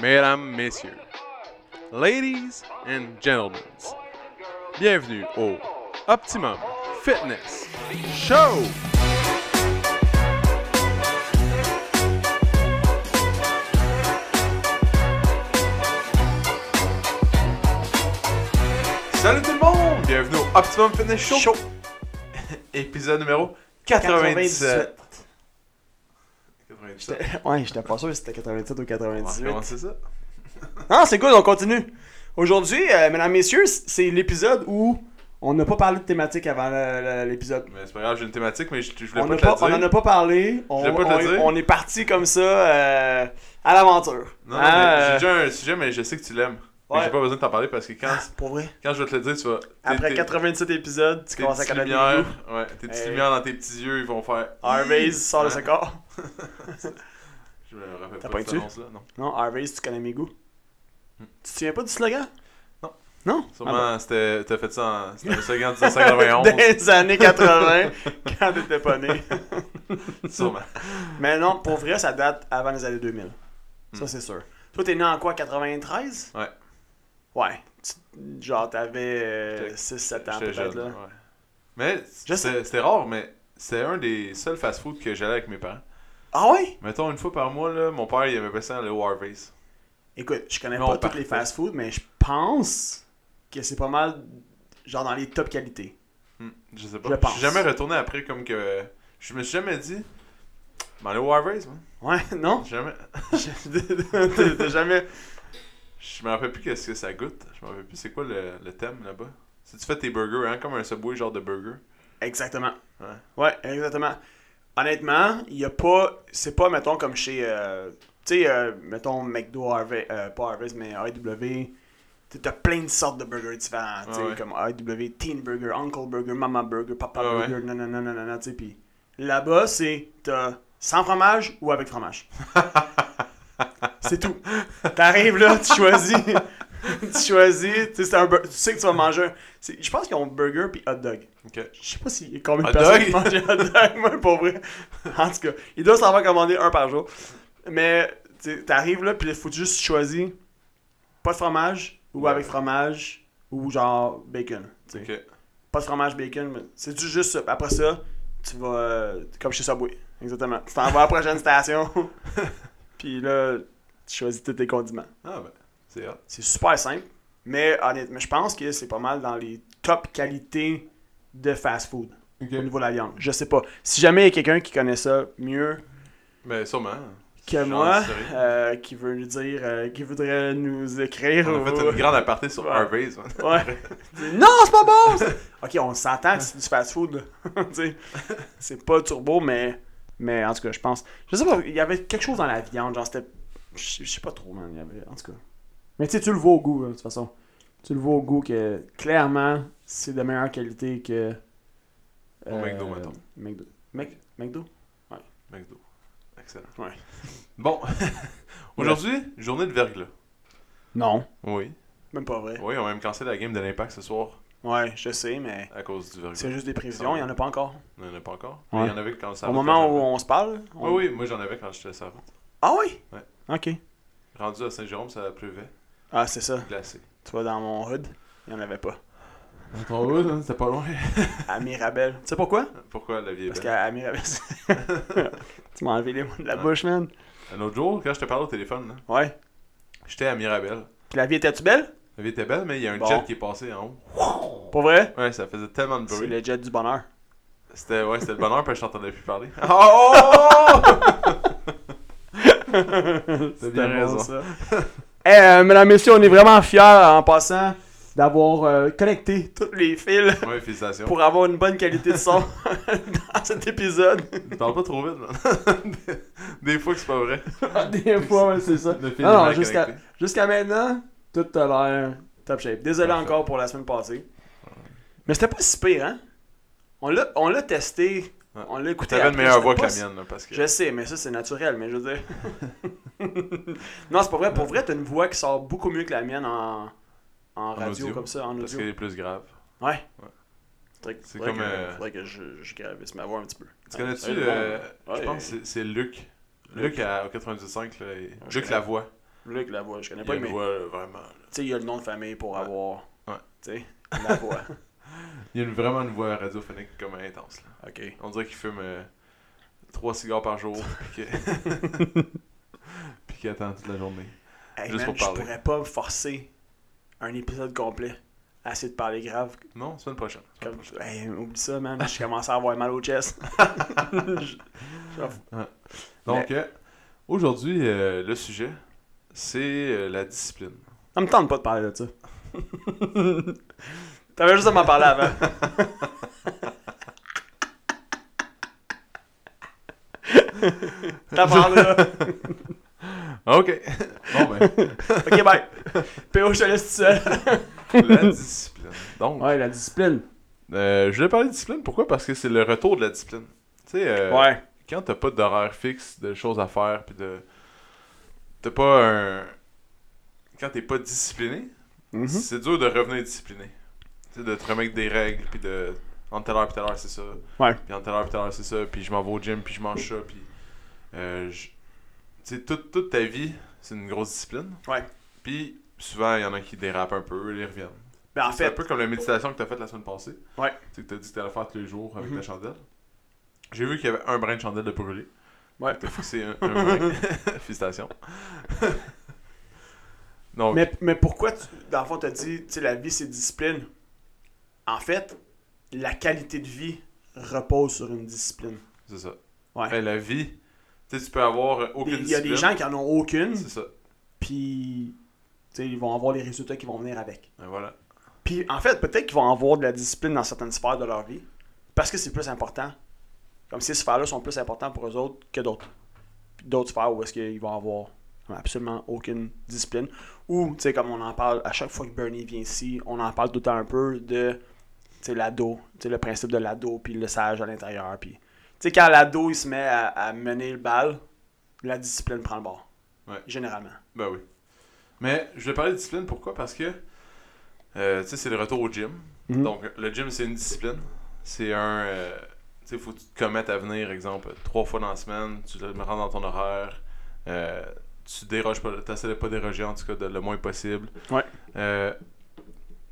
mesdames, messieurs, ladies and gentlemen, bienvenue au Optimum Fitness Show! Salut tout le monde! Bienvenue au Optimum Fitness Show! Show. Épisode numéro 97. 97. 97. J'étais- Ouais, j'étais pas sûr si c'était 97 ou On va 98. recommencer ça? Non, c'est cool, on continue. Aujourd'hui, euh, mesdames, messieurs, c- c'est l'épisode où on n'a pas parlé de thématique avant la- la- l'épisode. Mais c'est pas grave, j'ai une thématique, mais je, je voulais On pas n'a te pas- on la en dire. a pas parlé. On, voulais pas te le on est- dire. on est parti comme ça euh, à l'aventure. Non, Hein, mais euh, j'ai déjà un sujet, mais je sais que tu l'aimes. Mais Ouais. J'ai pas besoin de t'en parler parce que quand, Pour vrai. quand je vais te le dire, tu vas. t'es- Après t'es- 97 épisodes, tu tes commences à petites connaître les lumières, goûts. ouais, tes petites Hey. lumières dans tes petits yeux, ils vont faire. Harvey sort de Mmh. Ouais. ce corps. Je me rappelle T'as pas Ah pas de cette été? annonce-là, non. Non, Harvey, tu connais mes goûts. Hmm. Tu te souviens pas du slogan? Non. Non? Ben, Sûrement, Ah c'était, t'as fait ça en. C'était un second bon. 1991. Dans les années 80, quand t'étais pas né. Sûrement. Mais non, pour vrai, ça date avant les années 2000. Ça, Hmm. c'est sûr. Toi, t'es né en quoi, 93? Ouais. Ouais. Tu- genre, t'avais J'étais- 6-7 ans, J'étais peut-être, jeune, là. ouais. Mais Je c'était, c'était rare, mais c'est un des seuls fast-food que j'allais avec mes parents. Ah ouais? Mettons, une fois par mois, là, mon père, il avait passé aller au Harvey's. Écoute, je connais Non, pas toutes les parfait. fast-foods, mais je pense que c'est pas mal, genre, dans les top qualités. Hmm, Je sais pas. Je Je, pense. suis jamais retourné après comme que. Je me suis jamais dit. Mais aller au Harvey's, moi. Ouais, non? Jamais. Je- T'as jamais... Je me rappelle plus qu'est-ce que ça goûte. Je me rappelle plus c'est quoi le, le thème là-bas. Si tu fais tes burgers, hein, comme un subway genre de burger. Exactement. Ouais. Ouais, exactement. Honnêtement, il y a pas. C'est pas, mettons, comme chez. euh, tu sais, euh, mettons, McDo, Harvey, euh, pas Harvey's, mais AEW. tu sais, T'as plein de sortes de burgers différents. tu sais, Ah ouais. Comme AEW, Teen Burger, Uncle Burger, Mama Burger, Papa Ah ouais. Burger, nanana, nanana, tu sais. Puis là-bas, c'est. T'as sans fromage ou avec fromage. c'est tout. T'arrives là, tu choisis. tu choisis. tu sais, c'est un bur- tu sais que tu vas manger. un- c'est- Je pense qu'ils ont burger puis hot dog. Ok. Je sais pas si combien de Hot personnes dog? qui mangent des hot dog, moi, pour vrai. En tout cas, il doit s'en faire commander un par jour. Mais tu sais, t'arrives là, puis il faut juste choisir pas de fromage ou Ouais. avec fromage ou genre bacon. tu sais. Ok. Pas de fromage, bacon, mais c'est du juste ça. Après ça, tu vas euh, comme chez Subway. Exactement. Tu t'en vas à la prochaine station. puis là, tu choisis tous tes condiments. Ah ben, c'est hot. C'est super simple. Mais honnêtement, je pense que c'est pas mal dans les top qualités de fast-food au niveau de la viande. Je sais pas. Si jamais il y a quelqu'un qui connaît ça mieux Mais Ben, sûrement. que Genre, moi, c'est vrai. euh, qui veut nous dire, euh, qui voudrait nous écrire. On a fait ou- une grande aparté sur Oh, Ouais. Harvey's. man. Ouais. non, c'est pas bon! c'est- ok, on s'entend que c'est du fast-food. là. Tu sais, c'est pas turbo, mais, mais en tout cas, je pense. Je sais pas, il y avait quelque chose dans la viande, genre c'était. Je je sais pas trop, man. il y avait- En tout cas. Mais tu sais, tu le vois au goût, là, de toute façon. Tu le vois au goût que clairement, c'est de meilleure qualité que. euh, Au McDo, mettons. McDo. Mc- McDo? McDo. Excellent. Ouais. Bon. Aujourd'hui, journée de verglas. Non. Oui. Même pas vrai. Oui, on va même canceller la game de l'impact ce soir Ouais, je sais, mais à cause du verglas. c'est juste des prévisions, il y en a pas encore. On n'en a pas encore. Ouais. Mais Il y en avait quand ça Au va, moment quand où j'avais. on se parle. on- Oui, oui, moi j'en avais quand j'étais servant. Ah oui? Ouais. Ok. Rendu à Saint-Jérôme, ça pleuvait. Ah, c'est ça. Glacé. Tu vois, dans mon hood, il n'y en avait pas. Dans ton route, hein, c'était pas loin. À Mirabel. Tu sais pourquoi? Pourquoi la vie est Parce belle? qu'à à Mirabel, c'est- tu m'as enlevé les mots de la Ouais. bouche, man. Un autre jour, quand je te parlais au téléphone, là, Ouais. j'étais à Mirabel. Puis la vie était-tu belle? La vie était belle, mais il y a un Bon. jet qui est passé en haut. Pour vrai? Ouais, ça faisait tellement de C'est bruit. le jet du bonheur. C'était ouais, c'était le bonheur, parce que je t'entendais plus parler. Oh! C'était bien bon, raison. ça. Eh, euh, mesdames, messieurs, on est vraiment fiers en passant d'avoir euh, connecté tous les fils ouais, félicitations. pour avoir une bonne qualité de son dans cet épisode. Tu parles pas trop vite, man. Des fois que c'est pas vrai. Ah, Des fois, ouais, c'est ça. Le fil Non, est non, mal jusqu'à connecté. jusqu'à maintenant, tout a l'air top shape. Désolé Parfait. encore pour la semaine passée. Mais c'était pas si pire, hein? On l'a on l'a testé, Ouais. on l'a écouté. T'avais une après, meilleure c'était voix pas que la si- mienne, là, parce que. Je sais, mais ça c'est naturel, mais je veux dire. non, c'est pas vrai. Pour vrai, t'as une voix qui sort beaucoup mieux que la mienne en, en radio, audio. comme ça, en Parce audio. qu'elle est plus grave. Ouais. Ouais. Faudrait que- C'est faudrait comme, que- euh, faudrait que je, je gravisse ma voix un petit peu. Tu connais-tu. Ouais, euh, ouais. Je pense que c'est- c'est Luc. Luc. Luc à, au 95, là, et- Ouais, je Luc connais. Lavoie. Luc Lavoie, je connais Il pas, pas, mais tu vraiment. là. sais, il y a le nom de famille pour avoir. Ouais. Tu sais, Lavoie. Il y a une- vraiment une voix radiophonique comme intense. Là. ok. On dirait qu'il fume euh, trois cigares par jour. puis que- puis qu'il attend toute la journée. Hey, man, Juste pour je parler. pourrais pas forcer un épisode complet à essayer de parler grave. Non, semaine prochaine. semaine Comme, prochaine. hey, oublie ça, man. Je commence à avoir mal au chest. Je- je- Donc, euh, aujourd'hui, euh, le sujet, c'est euh, la discipline. Ça me tente pas de parler de ça. T'avais juste à m'en parler avant. T'as parlé là. Ah, Ok. bon, ben, Ok, bye. PO, je te laisse tout seul. la discipline. Donc, Ouais, la discipline. euh, je voulais parler de discipline. Pourquoi Parce que c'est le retour de la discipline. Tu sais, euh, ouais. quand t'as pas d'horaire fixe, de choses à faire, puis de. T'as pas un. Quand t'es pas discipliné, Euh, Mhm. c'est dur de revenir discipliné. Tu sais, de te remettre des règles, puis de. En telle heure, puis telle heure, c'est ça. Ouais. Puis en telle heure, puis telle heure, c'est ça. Puis je m'en vais au gym, puis je mange ça, puis. euh, je- Tu sais, toute, toute ta vie, c'est une grosse discipline. Ouais. Puis souvent, il y en a qui dérapent un peu, ils reviennent. Ben, en C'est un fait, peu comme la méditation que t'as faite la semaine passée. Ouais. Tu sais, que t'as dit que t'allais faire tous les jours avec Mhm. ta chandelle. J'ai vu qu'il y avait un brin de chandelle de brûlé. Ouais. T'as fixé un, un brin. Félicitations. Donc, mais, mais pourquoi, tu, dans le fond, t'as dit, tu sais, la vie, c'est discipline. En fait, la qualité de vie repose sur une discipline. c'est ça. Ouais. Ben, la vie, tu sais, tu peux avoir aucune Il y a des discipline. gens qui en ont aucune, C'est ça. puis tu sais, ils vont avoir les résultats qui vont venir avec. Ben, voilà. Puis en fait, peut-être qu'ils vont avoir de la discipline dans certaines sphères de leur vie, parce que c'est plus important. Comme ces sphères-là sont plus importantes pour eux autres que d'autres. Puis D'autres sphères où est-ce qu'ils vont avoir absolument aucune discipline. Ou, tu sais, comme on en parle à chaque fois que Bernie vient ici, on en parle tout le temps un peu de, tu sais, l'ado, tu sais, le principe de l'ado, puis le sage à l'intérieur. Puis, tu sais, quand l'ado, il se met à, à mener le bal, la discipline prend le bord. Ouais. Généralement. Ben oui. Mais je vais parler de discipline, pourquoi? Parce que, euh, tu sais, c'est le retour au gym. Mhm. Donc, le gym, c'est une discipline. C'est un. euh, tu sais, faut que tu te commettes à venir, exemple, trois fois dans la semaine. Tu le rends dans ton horaire. euh, tu déroges pas. Tu de pas déroger, en tout cas, de- le moins possible. Ouais. Euh,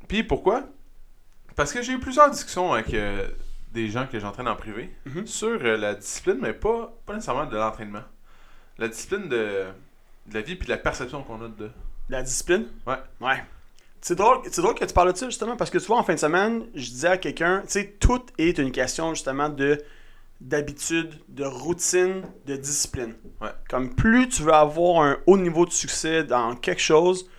Puis pourquoi Parce que j'ai eu plusieurs discussions avec euh, des gens que j'entraîne en privé Mhm. sur euh, la discipline, mais pas, pas nécessairement de l'entraînement. La discipline de, de la vie puis de la perception qu'on a de. La discipline? Ouais. Ouais. C'est drôle, c'est drôle que tu parles de ça, justement, parce que tu vois, en fin de semaine, je disais à quelqu'un, tu sais, tout est une question, justement, de d'habitude, de routine, de discipline. Ouais. Comme plus tu veux avoir un haut niveau de succès dans quelque chose,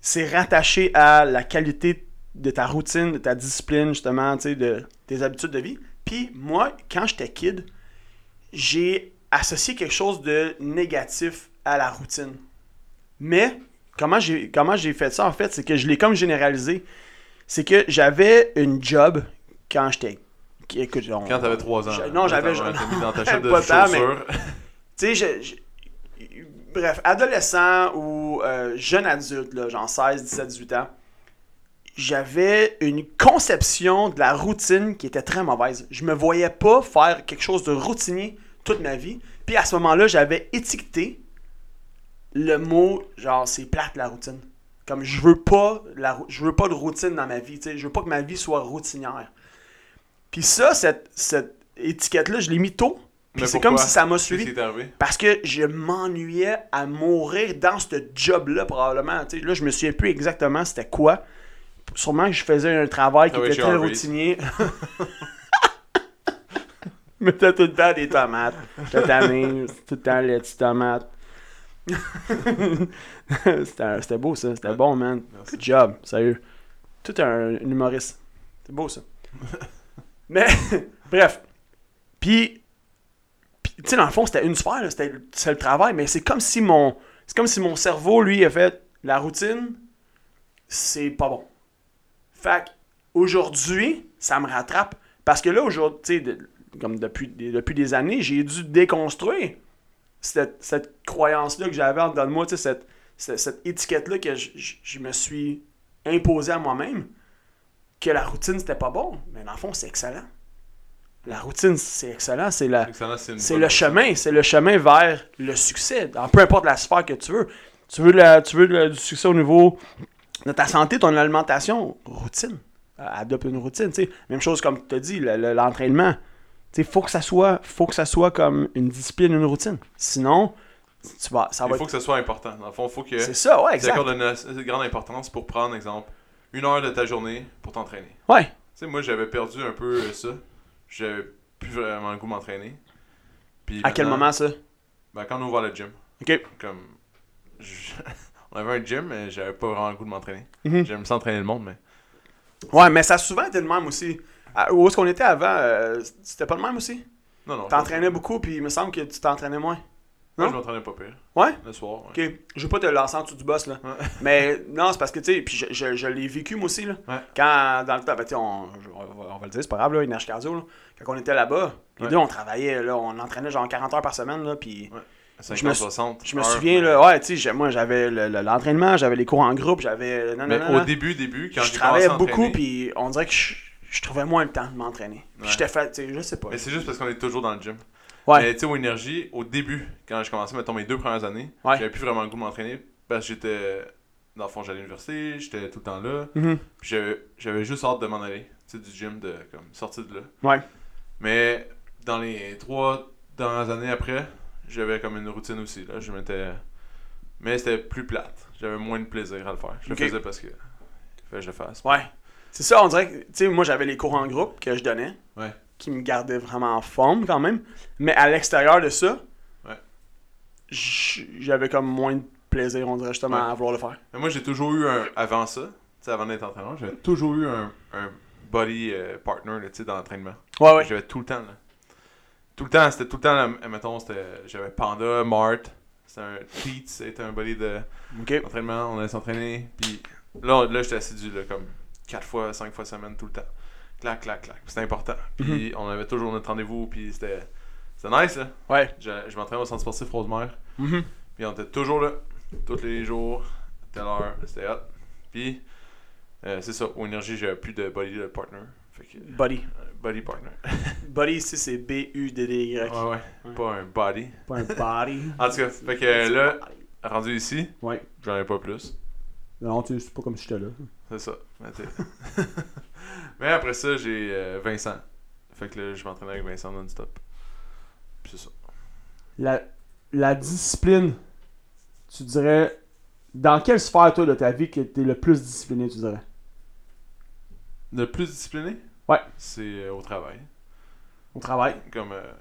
c'est rattaché à la qualité de ta routine, de ta discipline, justement, tu sais, de tes habitudes de vie. Puis moi, quand j'étais kid, j'ai associé quelque chose de négatif à la routine. Mais comment j'ai comment j'ai fait ça en fait, c'est que je l'ai comme généralisé. C'est que j'avais une job quand j'étais qui- écoute, on- Quand t'avais trois ans. Je- là. non, j'avais- T'as- t'as mis dans ta chaîne de pas tant, mais- chaussures. tu sais, je- je- bref, adolescent ou euh, jeune adulte, là, genre 16, 17, 18 ans, j'avais une conception de la routine qui était très mauvaise. Je me voyais pas faire quelque chose de routinier toute ma vie. Puis à ce moment-là, j'avais étiqueté le mot genre c'est plate la routine. Comme je veux pas la rou- je veux pas de routine dans ma vie, tu sais, je veux pas que ma vie soit routinière. Puis ça cette, cette étiquette là, je l'ai mis tôt. Puis Mais c'est comme pourquoi? si ça m'a Qu'est-ce suivi. qui est arrivé? Parce que je m'ennuyais à mourir dans ce job-là, probablement. Tu sais, là, je me souviens plus exactement c'était quoi. Sûrement que je faisais un travail qui Travailler était chez très Harvey. routinier. je mettais tout le temps des tomates. J'étais tanné, tout le temps les petites tomates. c'était c'était beau, ça. C'était bon, man. Merci. Good job, sérieux. Tout un, un humoriste. C'est beau ça. Mais, bref. Puis, puis, tu sais, dans le fond, c'était une sphère, là, c'était c'est le travail, mais c'est comme si mon. C'est comme si mon cerveau, lui, a fait la routine, c'est pas bon. Fait que, aujourd'hui, ça me rattrape. Parce que là, aujourd'hui, tu sais, de- comme depuis, des- depuis des années, j'ai dû déconstruire cette, cette croyance-là que j'avais en dedans de moi, tu sais, cette, cette, cette étiquette-là que je, je- je me suis imposée à moi-même, que la routine, c'était pas bon. Mais dans le fond, c'est excellent. La routine, c'est excellent. C'est la, Excellent, c'est une c'est bonne le chose. chemin, c'est le chemin vers le succès, dans peu importe la sphère que tu veux. Tu veux, la- tu veux le- du succès au niveau de ta santé, ton alimentation, routine. Euh, Adopte une routine, tu sais. Même chose comme tu as dit, le- le- l'entraînement. Tu sais, faut que ça soit, faut que ça soit comme une discipline, une routine. Sinon, tu vas, ça Il va faut être... que ça soit important. Dans le fond, il faut que C'est ça, ouais, tu exact. accordes une assez grande importance pour prendre, exemple, une heure de ta journée pour t'entraîner. Ouais, Tu sais, moi, j'avais perdu un peu euh, ça. J'avais plus vraiment le goût de m'entraîner. Puis à quel maintenant- moment ça? Ben, quand on a ouvert le gym. OK. Comme. je- on avait un gym, mais j'avais pas vraiment le goût de m'entraîner. Mhm. J'aime ça entraîner le monde, mais. Ouais, mais ça a souvent été le même aussi. À- où est-ce qu'on était avant, euh, c'était pas le même aussi? Non, non. T'entraînais beaucoup, puis il me semble que tu t'entraînais moins. Moi, non? je m'entraînais pas pire. Ouais? Le soir. ouais. Ok, je veux pas te lancer en dessous du boss, là. Ouais. Mais non, c'est parce que, tu sais, puis je, je- je l'ai vécu, moi aussi, là. Ouais. Quand, dans le temps, ben, tu sais, on, je- on va- on va le dire, c'est pas grave, là, énergie cardio, là. Quand on était là-bas, les Ouais. deux, on travaillait, là, on entraînait genre 40 heures par semaine, là, puis... Je me 50, sou- 60. Je me heures. souviens, là, ouais, tu sais, j'ai- moi, j'avais le- le- l'entraînement, j'avais les cours en groupe, j'avais... non, non, Mais oh, non, au non. début, début, quand je j'ai commencé travaillais à beaucoup, entraîner- puis on dirait que je, je trouvais moins le temps de m'entraîner. Puis Ouais. j'étais fait, tu sais, je sais pas. Mais c'est juste parce qu'on est toujours dans le gym. Ouais. Mais tu sais, au énergie, au début, quand j'ai commencé, mettons mes deux premières années, Ouais. j'avais plus vraiment le goût de m'entraîner parce que j'étais. Dans le fond, j'allais à l'université, j'étais tout le temps là. Mhm. Puis j'avais- j'avais juste hâte de m'en aller, tu sais, du gym, de comme sortir de là. Ouais. Mais dans les trois dernières années après, j'avais comme une routine aussi. Là. Je m'étais. Mais c'était plus plate. J'avais moins de plaisir à le faire. Je Ok. le faisais parce que. Fait que je le fasse. Ouais. C'est ça, on dirait que, tu sais, moi, j'avais les cours en groupe que je donnais, Ouais. qui me gardaient vraiment en forme quand même. Mais à l'extérieur de ça, Ouais. j- j'avais comme moins de plaisir, on dirait, justement, Ouais. à vouloir le faire. Mais moi, j'ai toujours eu un. Avant ça, tu sais, avant d'être entraîneur, j'avais toujours eu un, un body euh, partner là, tu sais, dans l'entraînement. Ah Ouais, ouais. J'avais tout le temps. Là. Tout le temps, c'était tout le temps. là, mettons, c'était- j'avais Panda, Mart. C'était un Teats, c'était un body de. OK. Entraînement, on allait s'entraîner. Puis là, on- là j'étais assidu là, comme 4 fois, 5 fois semaine, tout le temps. Clac, clac, clac. C'était important. Puis on avait toujours notre rendez-vous. Puis c'était c'était nice. Là. Ouais. Je, je m'entraînais au centre sportif Rosemère. Mhm. Puis on était toujours là, tous les jours, telle heure. C'était hot. Puis euh, c'est ça, au énergie, j'avais plus de body partner. Fait que, euh, Buddy. body partner. Buddy, ici, c'est B-U-D-D-Y. Ouais, ouais, Ouais. Pas un body. Pas un body. En tout cas, fait que là, rendu ici, Ouais. j'en ai pas plus. Non, tu c'est pas comme si j'étais là. C'est ça. Mais, t'es- Mais après ça, j'ai euh, Vincent. Fait que là, je m'entraînais avec Vincent non-stop. Puis c'est ça. la, la discipline, tu dirais, dans quelle sphère, toi, de ta vie, que t'es le plus discipliné, tu dirais? Le plus discipliné Ouais. C'est euh, au travail. Au travail. Comme, euh,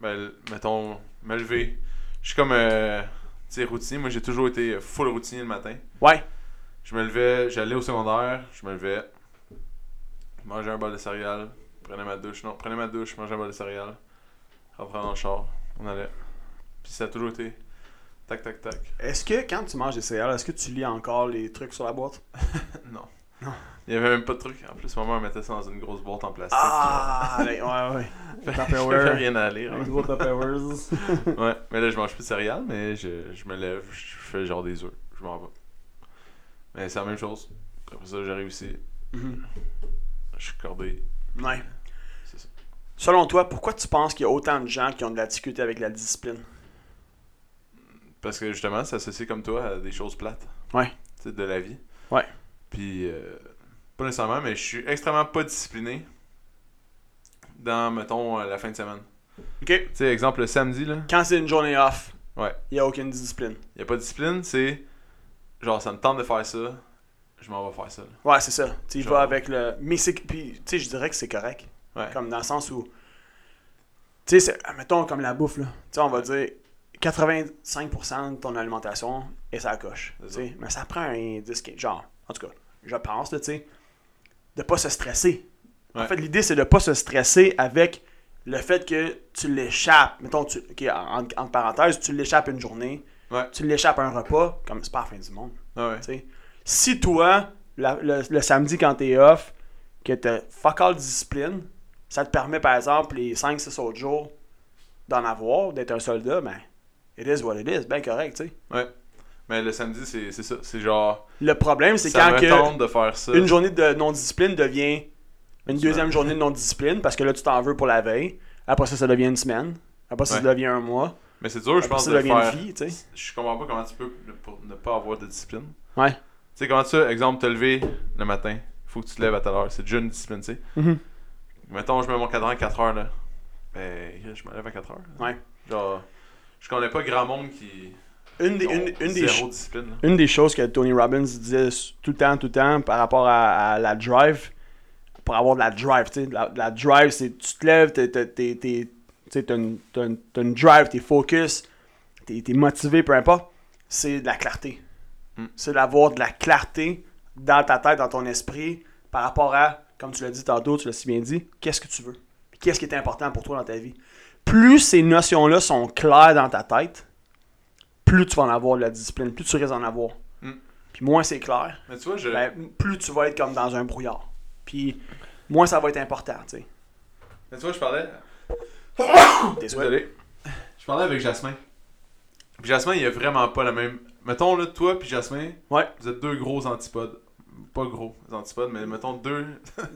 ben, l- mettons, me lever. Je suis comme, euh, tu sais, routinier. Moi, j'ai toujours été euh, full routinier le matin. Ouais. Je me levais, j'allais au secondaire, je me levais, mangeais un bol de céréales, prenais ma douche, non, prenais ma douche, mangeais un bol de céréales, rentrais dans le char, on allait. Puis ça a toujours été tac tac tac. Est-ce que, quand tu manges des céréales, est-ce que tu lis encore les trucs sur la boîte? Non. Il y avait même pas de truc. En plus, maman elle mettait ça dans une grosse boîte en plastique. Ah! ouais, ouais, ouais. Fait que Tupperware. j'avais rien hein. à lire. Avec gros Tupperwares. ouais, mais là, je mange plus de céréales, mais je, je me lève, je fais genre des œufs, je m'en vais. Mais c'est la même chose. Après ça, j'arrive ici, Mhm. je suis cordé. Ouais. C'est ça. Selon toi, pourquoi tu penses qu'il y a autant de gens qui ont de la difficulté avec la discipline? Parce que justement, c'est associé comme toi à des choses plates. Ouais. Tu sais, de la vie. Ouais. Puis, euh, pas nécessairement, mais je suis extrêmement pas discipliné dans, mettons, euh, la fin de semaine. Ok. Tu sais, exemple, le samedi, là, Quand c'est une journée off, Ouais. il n'y a aucune discipline. y a pas de discipline, c'est genre, ça me tente de faire ça, je m'en vais faire ça. là. Ouais, c'est ça. Tu y Genre. vas avec le. Mais c'est. Puis, tu sais, je dirais que c'est correct. Ouais. Comme dans le sens où. Tu sais, c'est- mettons comme la bouffe, là. Tu sais, on va dire 85% de ton alimentation est sa coche. C'est Tu ça. sais, mais ça prend un disque. Genre, en tout cas, je pense, là, tu sais, de pas se stresser. En Ouais. fait, l'idée, c'est de pas se stresser avec le fait que tu l'échappes. Mettons, tu, ok, en, en parenthèse, tu l'échappes une journée, Ouais. tu l'échappes un repas, comme c'est pas la fin du monde. Ah ouais. Tu sais, si toi, la- le, le samedi quand t'es off, que t'as fuck all discipline, ça te permet par exemple les 5-6 autres jours d'en avoir, d'être un soldat, ben, it is what it is, ben correct, tu sais. Mais le samedi, c'est c'est ça. C'est genre, Le problème, c'est ça quand me que tente de faire ça. une journée de non-discipline devient une Une semaine. deuxième journée de non-discipline parce que là, tu t'en veux pour la veille. Après ça, ça devient une semaine. Après ça, ça Ouais. devient un mois. Mais c'est dur, je Après pense, ça de devient faire. une vie, tu sais. Je comprends pas comment tu peux ne- pour ne pas avoir de discipline. Ouais. Tu sais, comment ça, exemple, te lever le matin, faut que tu te lèves à telle heure. C'est déjà une discipline, tu sais. Mhm. Mettons, je mets mon cadran à 4 heures, là. Ben, je me lève à 4 heures. là. Ouais. Genre, je connais pas grand monde qui. Une des, qui ont une, une des zéro discipline, là. une des choses que Tony Robbins disait s- tout le temps, tout le temps, par rapport à, à la drive, pour avoir de la drive, tu sais, de la, de la drive, c'est tu te lèves, t'es, t'es, t'es- t'es- tu sais, t'as une, t'as une- t'as une drive, t'es focus, t'es, t'es motivé, peu importe, c'est de la clarté. Mm. C'est d'avoir de la clarté dans ta tête, dans ton esprit, par rapport à, comme tu l'as dit tantôt, tu l'as si bien dit, qu'est-ce que tu veux, Puis qu'est-ce qui est important pour toi dans ta vie. Plus ces notions-là sont claires dans ta tête, plus tu vas en avoir de la discipline, plus tu risques d'en avoir. Mm. Puis moins c'est clair, Mais tu vois, je. ben, plus tu vas être comme dans un brouillard. Puis moins ça va être important, tu sais. Mais tu vois, je parlais. T'es souhaits. Désolé. Je parlais avec Jasmin. Puis Jasmin, il a vraiment pas la même. Mettons, là, toi puis Jasmin, Ouais. vous êtes deux gros antipodes. Pas gros antipodes, mais mettons deux.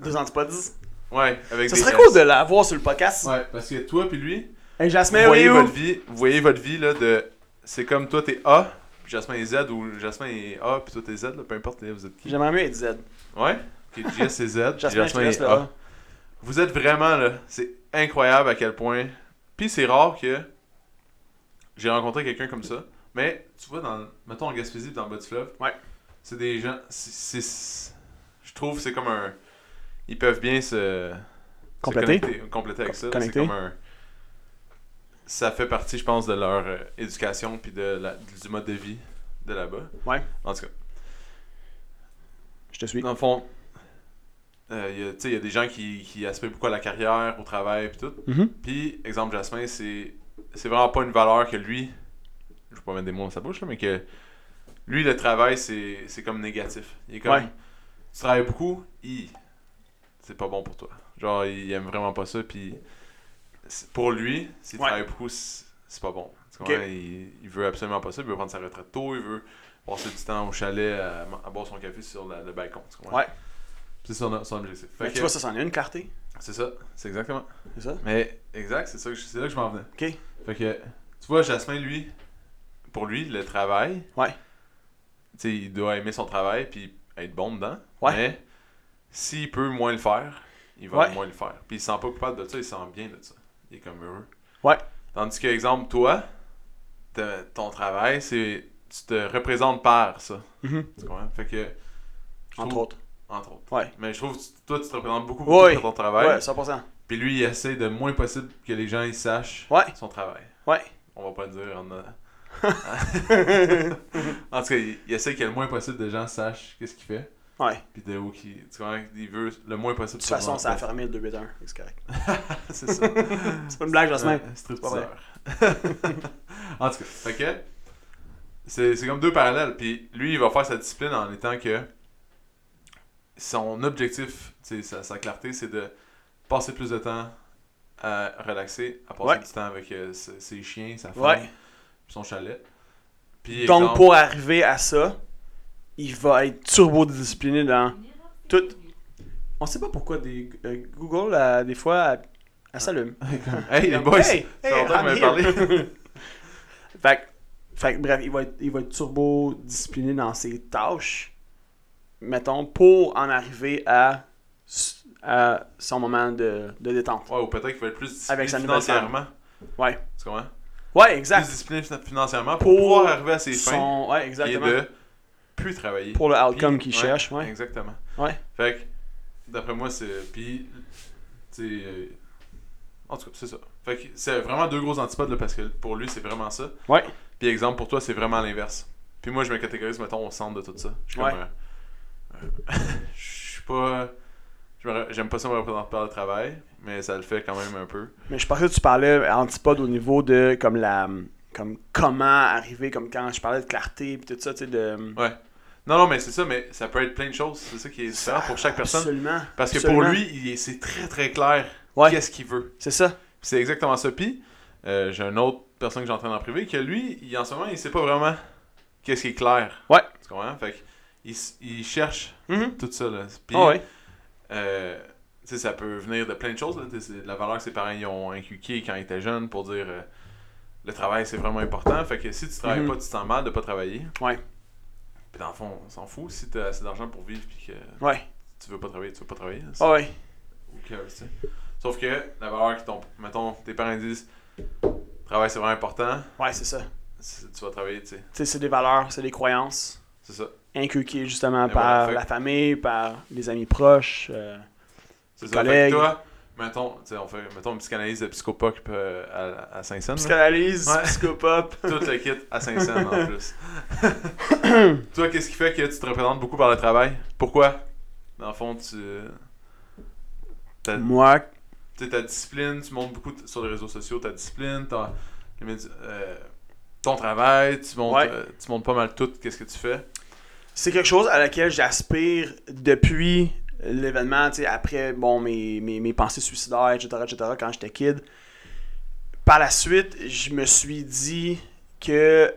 Deux antipodes. Ce Ouais, avec des serait S. cool de l'avoir sur le podcast. Ouais, parce que toi puis lui, Hey, Jasmin, vous on est voyez où? votre vie, vous voyez votre vie là de c'est comme toi t'es A, puis Jasmin est Z ou Jasmin est A puis toi t'es Z là, peu importe là, vous êtes qui. J'aimerais mieux être Z. Ouais. Ok, JS est Z, puis Jasmin, je te Jasmin laisse est le A. A. Vous êtes vraiment là, c'est incroyable à quel point. Puis c'est rare que j'ai rencontré quelqu'un comme ça, mais tu vois dans mettons en Gaspésie puis dans le bas du fleuve. Ouais. C'est des gens c'est c'est- je trouve que c'est comme un ils peuvent bien se Compléter. se connecter, compléter avec Co- ça. C'est connecter. comme un. Ça fait partie, je pense, de leur euh, éducation puis de la, du mode de vie de là-bas. Ouais. En tout cas, Je te suis. dans le fond, euh, il y a- tu sais, il y a des gens qui, qui aspirent beaucoup à la carrière, au travail puis tout. Mhm. Puis, exemple, Jasmin, c'est c'est vraiment pas une valeur que lui. Je vais pas mettre des mots dans sa bouche, là, mais que lui, le travail, c'est c'est comme négatif. Il est comme. Ouais. Tu travailles beaucoup, i c'est pas bon pour toi. Genre, il aime vraiment pas ça, puis c'est- pour lui, s'il Ouais. travaille beaucoup, c'est c'est pas bon. Tu comprends? Il, il veut absolument pas ça, il veut prendre sa retraite tôt, il veut passer du temps au chalet à, à boire son café sur la- le balcon. tu comprends? Ouais. C'est son, son objectif. Fait Mais que- Tu vois, ça, c'en est une clarté. c'est ça, c'est exactement. C'est ça? Mais exact, c'est ça que je- c'est là que je m'en venais. Ok. Fait que tu vois Jasmin lui pour lui le travail. Ouais. Tu sais, il doit aimer son travail puis être bon dedans. Ouais. Mais s'il peut moins le faire, il va Ouais. moins le faire. Puis il se sent pas coupable de ça, il se sent bien de ça. Il est comme heureux. Ouais. Tandis que exemple toi t'as- ton travail c'est tu te représentes par ça. Mhm. Tu comprends? Fait que je Entre trouve- autres. entre autres. Ouais. Mais je trouve que tu- toi tu te représentes beaucoup, beaucoup Ouais. dans ton travail. Ouais, 100%. Puis lui, il essaie de moins possible que les gens ils sachent Ouais. son travail. Ouais. On va pas le dire en. euh, en tout cas, il, il essaie que le moins possible de gens sachent qu'est-ce qu'il fait. Ouais. Puis de où qui. Tu comprends? Il veut le moins possible. De toute façon, ça a fait. fermé le 281. C'est correct. C'est ça. C'est pas une blague, Jasmin. Un stripteaseur. en tout cas, fait que. C'est c'est comme deux parallèles. Puis lui, il va faire sa discipline en étant que. Son objectif, tu sais, sa, sa clarté, c'est de passer plus de temps à relaxer, à passer Ouais. du temps avec euh, ses, ses chiens, sa femme, Ouais. son chalet. Puis, Donc, exemple- pour arriver à ça, il va être turbo-discipliné dans tout. On sait pas pourquoi des, euh, Google, euh, des fois, elle, elle s'allume. Hey les boys! Hey, ça hey, fait longtemps que vous I'm m'avez parlé. here. fait, que- fait que bref, il va être, il va être turbo-discipliné dans ses tâches, mettons, pour en arriver à, s- à son moment de, de détente. Ouais, ou peut-être qu'il va être plus discipliné Avec sa nouvelle financièrement. Ouais. Tu comprends? Ouais, Plus exact. discipliné fin- financièrement pour, Pour pouvoir arriver à ses fins Son, ouais, et exactement. de plus travailler. Pour le outcome Puis- qu'il cherche, ouais. Exactement. Ouais. Fait que, d'après moi, c'est. Puis, tu sais. euh, En tout cas, c'est ça. Fait que c'est vraiment deux gros antipodes, là, parce que pour lui, c'est vraiment ça. Ouais. Puis, exemple, pour toi, c'est vraiment l'inverse. Puis, moi, je me catégorise, mettons, au centre de tout ça. Je suis Ouais. comme. euh, euh, je suis pas. je me re- J'aime pas ça me représenter par le travail, mais ça le fait quand même un peu. Mais je pensais que tu parlais antipode au niveau de comme la comme comment arriver comme quand je parlais de clarté puis tout ça tu sais de Non, non, mais c'est ça, mais ça peut être plein de choses. C'est ça qui est différent pour chaque personne. Absolument. Parce que absolument. pour lui, il est- c'est très très clair Ouais. qu'est-ce qu'il veut. c'est ça. C'est exactement ça. Puis, euh, j'ai une autre personne que j'entraîne en privé que lui, il- en ce moment, il sait pas vraiment qu'est-ce qui est clair. Ouais. Tu comprends? Fait que, il, s- il cherche Mhm. tout ça. Là. Puis, Ah ouais. euh, tu sais, ça peut venir de plein de choses. là. C'est de la valeur que ses parents ils ont inculquée quand ils étaient jeunes pour dire euh, le travail, c'est vraiment important. Fait que si tu travailles Mhm. pas, tu te sens mal de pas travailler. Ouais. Puis dans le fond, on s'en fout. Si t'as assez d'argent pour vivre puis que Ouais. tu veux pas travailler, tu veux pas travailler. Ah ouais. Ok, ouais, c'est ça. Sauf que la valeur qui tombe, mettons, tes parents disent travail c'est vraiment important, Ouais, c'est ça. Tu c'est- tu vas travailler, tu sais. sais, c'est des valeurs, c'est des croyances C'est ça. inculquées justement Et par voilà, fait- la famille, par les amis proches. euh, C'est ça. Fait Collègue. que toi, mettons, tu sais, on fait mettons une psychanalyse de psychopop euh, à, à Saint-Saëns. là. psychanalyse, Ouais. psychopop. Tout le kit à Saint-Saëns en plus. toi, qu'est-ce qui fait que tu te représentes beaucoup par le travail Pourquoi Dans le fond, tu. t'as- Moi, tu sais, ta discipline, tu montes beaucoup t- sur les réseaux sociaux ta discipline, ta- les médi- euh, ton travail, tu montes, Ouais. euh, tu montes pas mal tout, qu'est-ce que tu fais. c'est quelque chose à laquelle j'aspire depuis l'événement, tu sais, après bon, mes, mes, mes pensées suicidaires, etc., etc., quand j'étais kid. Par la suite, je me suis dit que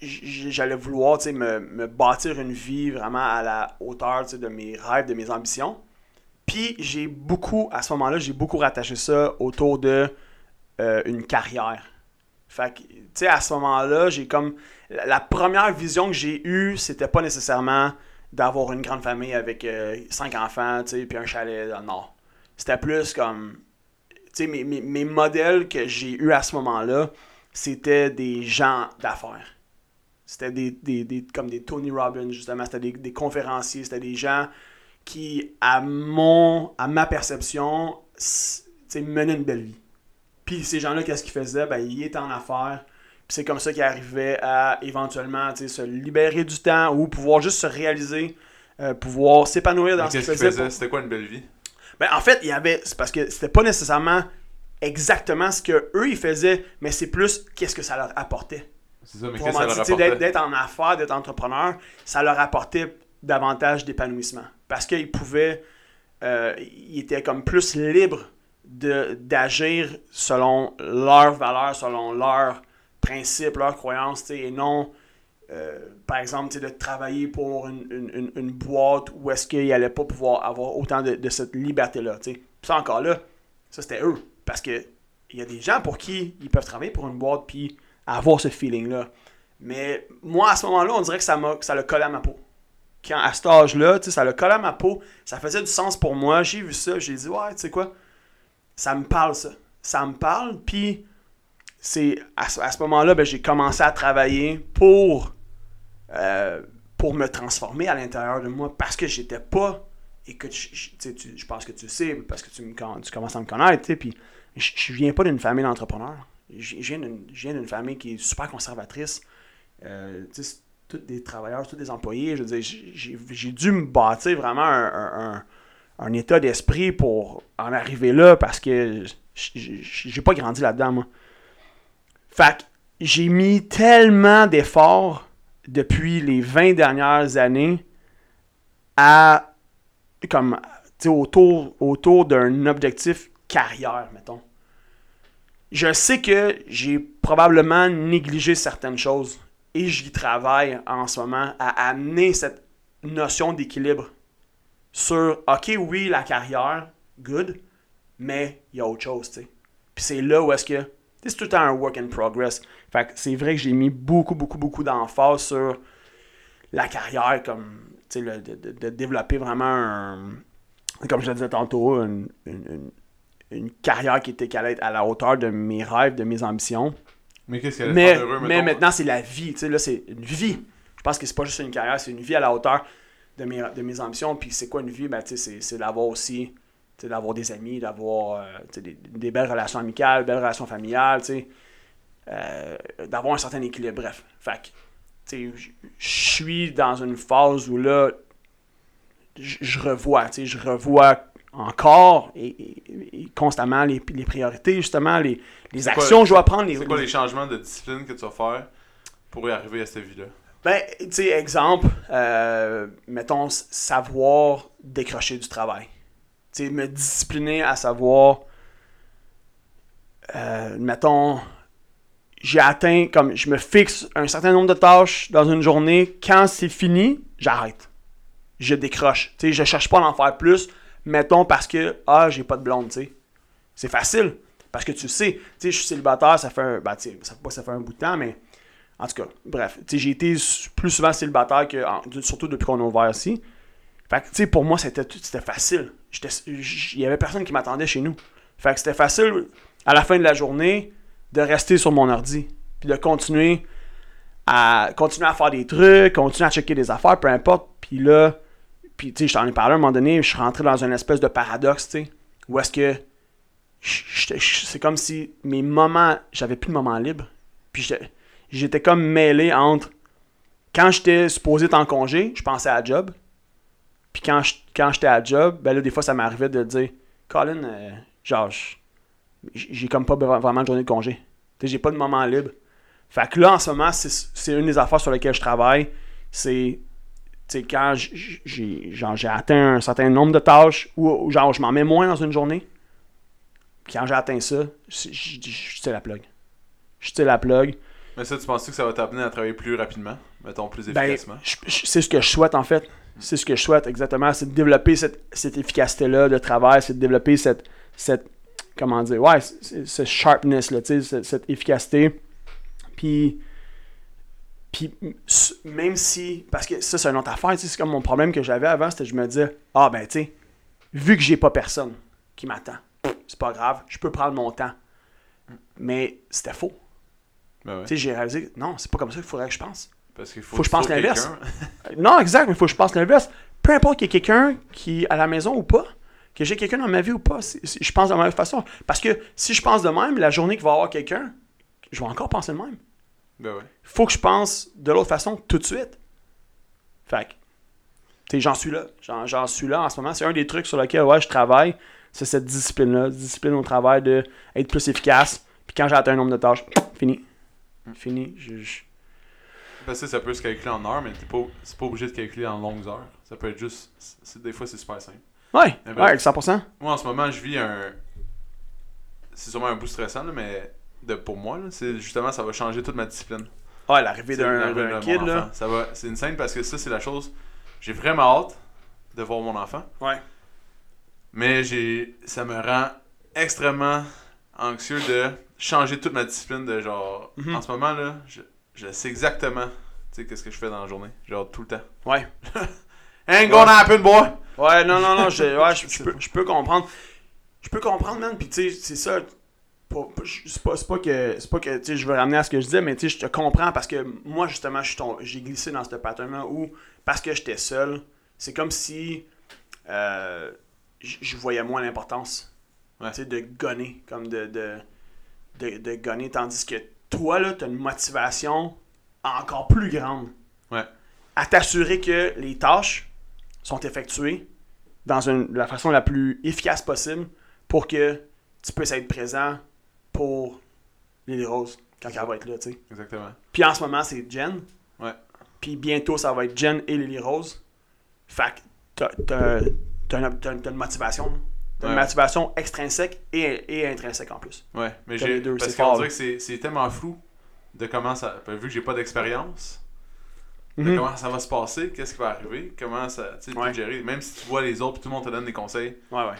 j- j'allais vouloir tu sais, me, me bâtir une vie vraiment à la hauteur tu sais, de mes rêves, de mes ambitions. Puis j'ai beaucoup, à ce moment-là, j'ai beaucoup rattaché ça autour de euh, une carrière. Fait que, tu sais, à ce moment-là, j'ai comme. La, la première vision que j'ai eue, c'était pas nécessairement d'avoir une grande famille avec euh, cinq enfants, tu sais, puis un chalet dans le nord. C'était plus comme. Tu sais, mes, mes- mes modèles que j'ai eus à ce moment-là, c'était des gens d'affaires. C'était des, des- des- comme des Tony Robbins, justement. C'était des, des conférenciers, c'était des gens qui, à, mon, à ma perception, s- tu sais, menaient une belle vie. Puis ces gens-là, qu'est-ce qu'ils faisaient? Ben, ils étaient en affaires. Puis c'est comme ça qu'ils arrivaient à éventuellement tu sais, se libérer du temps ou pouvoir juste se réaliser, euh, pouvoir s'épanouir dans Mais ce qu'ils Qu'est-ce que tu faisaient. faisais C'était quoi une belle vie Ben, en fait, il y avait. C'est parce que c'était pas nécessairement exactement ce que eux ils faisaient, mais c'est plus qu'est-ce que ça leur apportait. C'est ça, mais qu'est-ce que Autrement ça dit, leur tu sais, d'être- apportait D'être en affaires, d'être entrepreneur, ça leur apportait davantage d'épanouissement. Parce qu'ils pouvaient. euh, ils étaient comme plus libres de- d'agir selon leurs valeurs, selon leurs principes, leurs croyances, tu sais, et non. euh, par exemple, tu sais, de travailler pour une, une- une- une boîte où est-ce qu'ils n'allaient pas pouvoir avoir autant de, de cette liberté-là. tu sais. Puis ça, encore là, ça, c'était eux. Parce que il y a des gens pour qui ils peuvent travailler pour une boîte puis avoir ce feeling-là. Mais moi, à ce moment-là, on dirait que ça m'a que ça le collé à ma peau. Quand, à cet âge-là, tu sais, ça le collé à ma peau. Ça faisait du sens pour moi. J'ai vu ça. J'ai dit, ouais, tu sais quoi, ça me parle, ça. Ça me parle. Puis, c'est à ce, à ce moment-là, ben, j'ai commencé à travailler pour, euh, pour me transformer à l'intérieur de moi parce que j'étais pas. Et que je- je tu sais, tu- je pense que tu le sais, parce que tu, me, con- tu commences à me connaître, tu sais, puis je, je viens pas d'une famille d'entrepreneurs. Je je viens d'une je viens d'une famille qui est super conservatrice. Euh, tu sais, c'est tous des travailleurs, tous des employés. Je veux dire, j'ai- j'ai j'ai dû me bâtir vraiment un, un- un- un état d'esprit pour en arriver là parce que j- j- j'ai pas grandi là-dedans, moi. Fait que j'ai mis tellement d'efforts depuis les 20 dernières années à comme tu sais, autour, autour d'un objectif carrière, mettons. Je sais que j'ai probablement négligé certaines choses et j'y travaille en ce moment à amener cette notion d'équilibre sur OK, oui, la carrière, good, mais il y a autre chose, tu sais. Puis c'est là où est-ce que tu sais, c'est tout le temps un work in progress. Fait que c'est vrai que j'ai mis beaucoup, beaucoup, beaucoup d'emphase sur la carrière, comme tu sais, le- de, de- de développer vraiment un- comme je le disais tantôt, une, une- une- une carrière qui était qu'elle allait être à la hauteur de mes rêves, de mes ambitions. Mais qu'est-ce qu'elle Mais, allait te rendre heureux, mais mettons? maintenant, c'est la vie. Tu sais, là, c'est une vie. Je pense que c'est pas juste une carrière, c'est une vie à la hauteur de mes, de mes ambitions. Puis c'est quoi une vie? Ben, tu sais, c'est- c'est d'avoir aussi, tu sais, d'avoir des amis, d'avoir euh, tu sais, des, des belles relations amicales, belles relations familiales, tu sais, euh, d'avoir un certain équilibre. Bref, fait que, tu sais, j- je suis dans une phase où là, j- je revois, tu sais, je revois encore et, et- et constamment les, les priorités, justement, les, les quoi- actions que je dois prendre, les, C'est quoi les changements de discipline que tu vas faire pour y arriver à cette vie-là Ben, tu sais, exemple, euh, mettons, s- savoir décrocher du travail. Tu sais, me discipliner à savoir, euh, mettons, j'ai atteint, comme je me fixe un certain nombre de tâches dans une journée. Quand c'est fini, j'arrête. Je décroche. Tu sais, je cherche pas à en faire plus, mettons, parce que, ah, j'ai pas de blonde, tu sais. C'est facile. Parce que tu sais, tu sais, je suis célibataire, ça fait un. Ben, tu sais, ça fait pas ça fait un bout de temps, mais. En tout cas, bref. Tu sais, j'ai été su- plus souvent célibataire que. en- surtout depuis qu'on a ouvert ici. Fait que, tu sais, pour moi, c'était tout- c'était facile. J'étais- j- Il y avait personne qui m'attendait chez nous. Fait que c'était facile, à la fin de la journée, de rester sur mon ordi. Puis de continuer à continuer à faire des trucs, continuer à checker des affaires, peu importe. Puis là, puis tu sais, je t'en ai parlé à un moment donné, je suis rentré dans une espèce de paradoxe, tu sais, où est-ce que je- je- je- c'est comme si mes moments, j'avais plus de moments libres. Puis j'étais- j'étais comme mêlé entre quand j'étais supposé être en congé, je pensais à job. Puis quand je- quand j'étais à job, ben là, des fois, ça m'arrivait de dire Colin, euh, genre, je- j'ai comme pas vra- vraiment de journée de congé. Tu sais, j'ai pas de moment libre. Fait que là, en ce moment, c'est c'est une des affaires sur lesquelles je travaille. C'est tu sais, quand j- j- j'ai genre, j'ai atteint un certain nombre de tâches ou ou genre je m'en mets moins dans une journée, quand j'ai atteint ça, c'est- j- j- je tire la plug. Je tire la plug. Mais ça, tu penses que ça va t'amener à travailler plus rapidement? Mettons, plus Ben, efficacement? je- je- c'est ce que je souhaite en fait. C'est ce que je souhaite exactement, c'est de développer cette, cette efficacité-là de travail, c'est de développer cette, cette comment dire, ouais, c- c- ce sharpness, là, tu sais, cette, cette efficacité. Puis, puis m- s- même si, parce que ça c'est une autre affaire, tu sais, c'est comme mon problème que j'avais avant, c'était que je me disais, ah ben tu sais, vu que j'ai pas personne qui m'attend, c'est pas grave, je peux prendre mon temps. Mais c'était faux. Ben ouais. Tu sais, j'ai réalisé, que non, c'est pas comme ça qu'il faudrait que je pense. Parce qu'il faut, faut que je pense tu trouves l'inverse. quelqu'un. Non, exact, mais il faut que je pense l'inverse. Peu importe qu'il y ait quelqu'un qui à la maison ou pas, que j'ai quelqu'un dans ma vie ou pas, si- si- je pense de la même façon. Parce que si je pense de même, la journée qu'il va y avoir quelqu'un, je vais encore penser de même. Ben ouais. faut que je pense de l'autre façon tout de suite. Fait que, tu sais, j'en suis là. J'en, j'en suis là en ce moment. C'est un des trucs sur lequel ouais, je travaille. C'est cette discipline-là. Discipline au travail de être plus efficace. Puis quand j'ai atteint un nombre de tâches, fini. Fini. Je- je- Parce que Ben ça peut se calculer en heures, mais t'es pas, c'est pas obligé de calculer en longues heures. Ça peut être juste. c'est- des fois, c'est super simple. Ouais, Eh ben- ouais, 100%. Moi, en ce moment, je vis un. C'est sûrement un bout stressant, là, mais de, pour moi, là, c'est justement, ça va changer toute ma discipline. Ouais, l'arrivée C'est d'un, l'arrivée d'un de mon kid, là. enfant. Ça va, c'est une scène parce que ça, c'est la chose. J'ai vraiment hâte de voir mon enfant. Ouais. Mais j'ai, ça me rend extrêmement anxieux de changer toute ma discipline de genre. Mhm. En ce moment là, je, je sais exactement, tu sais, qu'est-ce que je fais dans la journée, genre tout le temps. Ouais. Ain't gonna happen, boy. Ouais, non, non, non, je, ouais, je, Je sais je peux, je peux comprendre. Je peux comprendre, man, puis tu sais, c'est ça. pas- pas- je- C'est pas, c'est pas que, c'est pas que tu sais, je veux ramener à ce que je disais, mais tu sais, je te comprends parce que moi, justement, je suis tombé- j'ai glissé dans ce pattern-là où, parce que j'étais seul, c'est comme si euh, j- je voyais moins l'importance Ouais. tu sais, de gonner, comme de, de, de, de gonner, tandis que toi, là, t'as une motivation encore plus grande Ouais. à t'assurer que les tâches sont effectuées dans une- la façon la plus efficace possible pour que tu puisses être présent pour Lily Rose quand elle va être là, tu sais. Exactement. Puis en ce moment, c'est Jen. Ouais. Puis bientôt, ça va être Jen et Lily Rose. Fait que t'as- t'as t'as une, t'as une- t'as une motivation. là. T'as une Ouais. motivation extrinsèque et, et intrinsèque en plus. Ouais, mais T'as j'ai les deux, parce c'est qu'on fort, dirait là. que c'est, c'est tellement flou de comment ça, ben, vu que j'ai pas d'expérience, de Mhm. comment ça va se passer, qu'est-ce qui va arriver, comment ça, tu sais, Ouais. tout gérer. Même si tu vois les autres, puis tout le monde te donne des conseils. Ouais, ouais.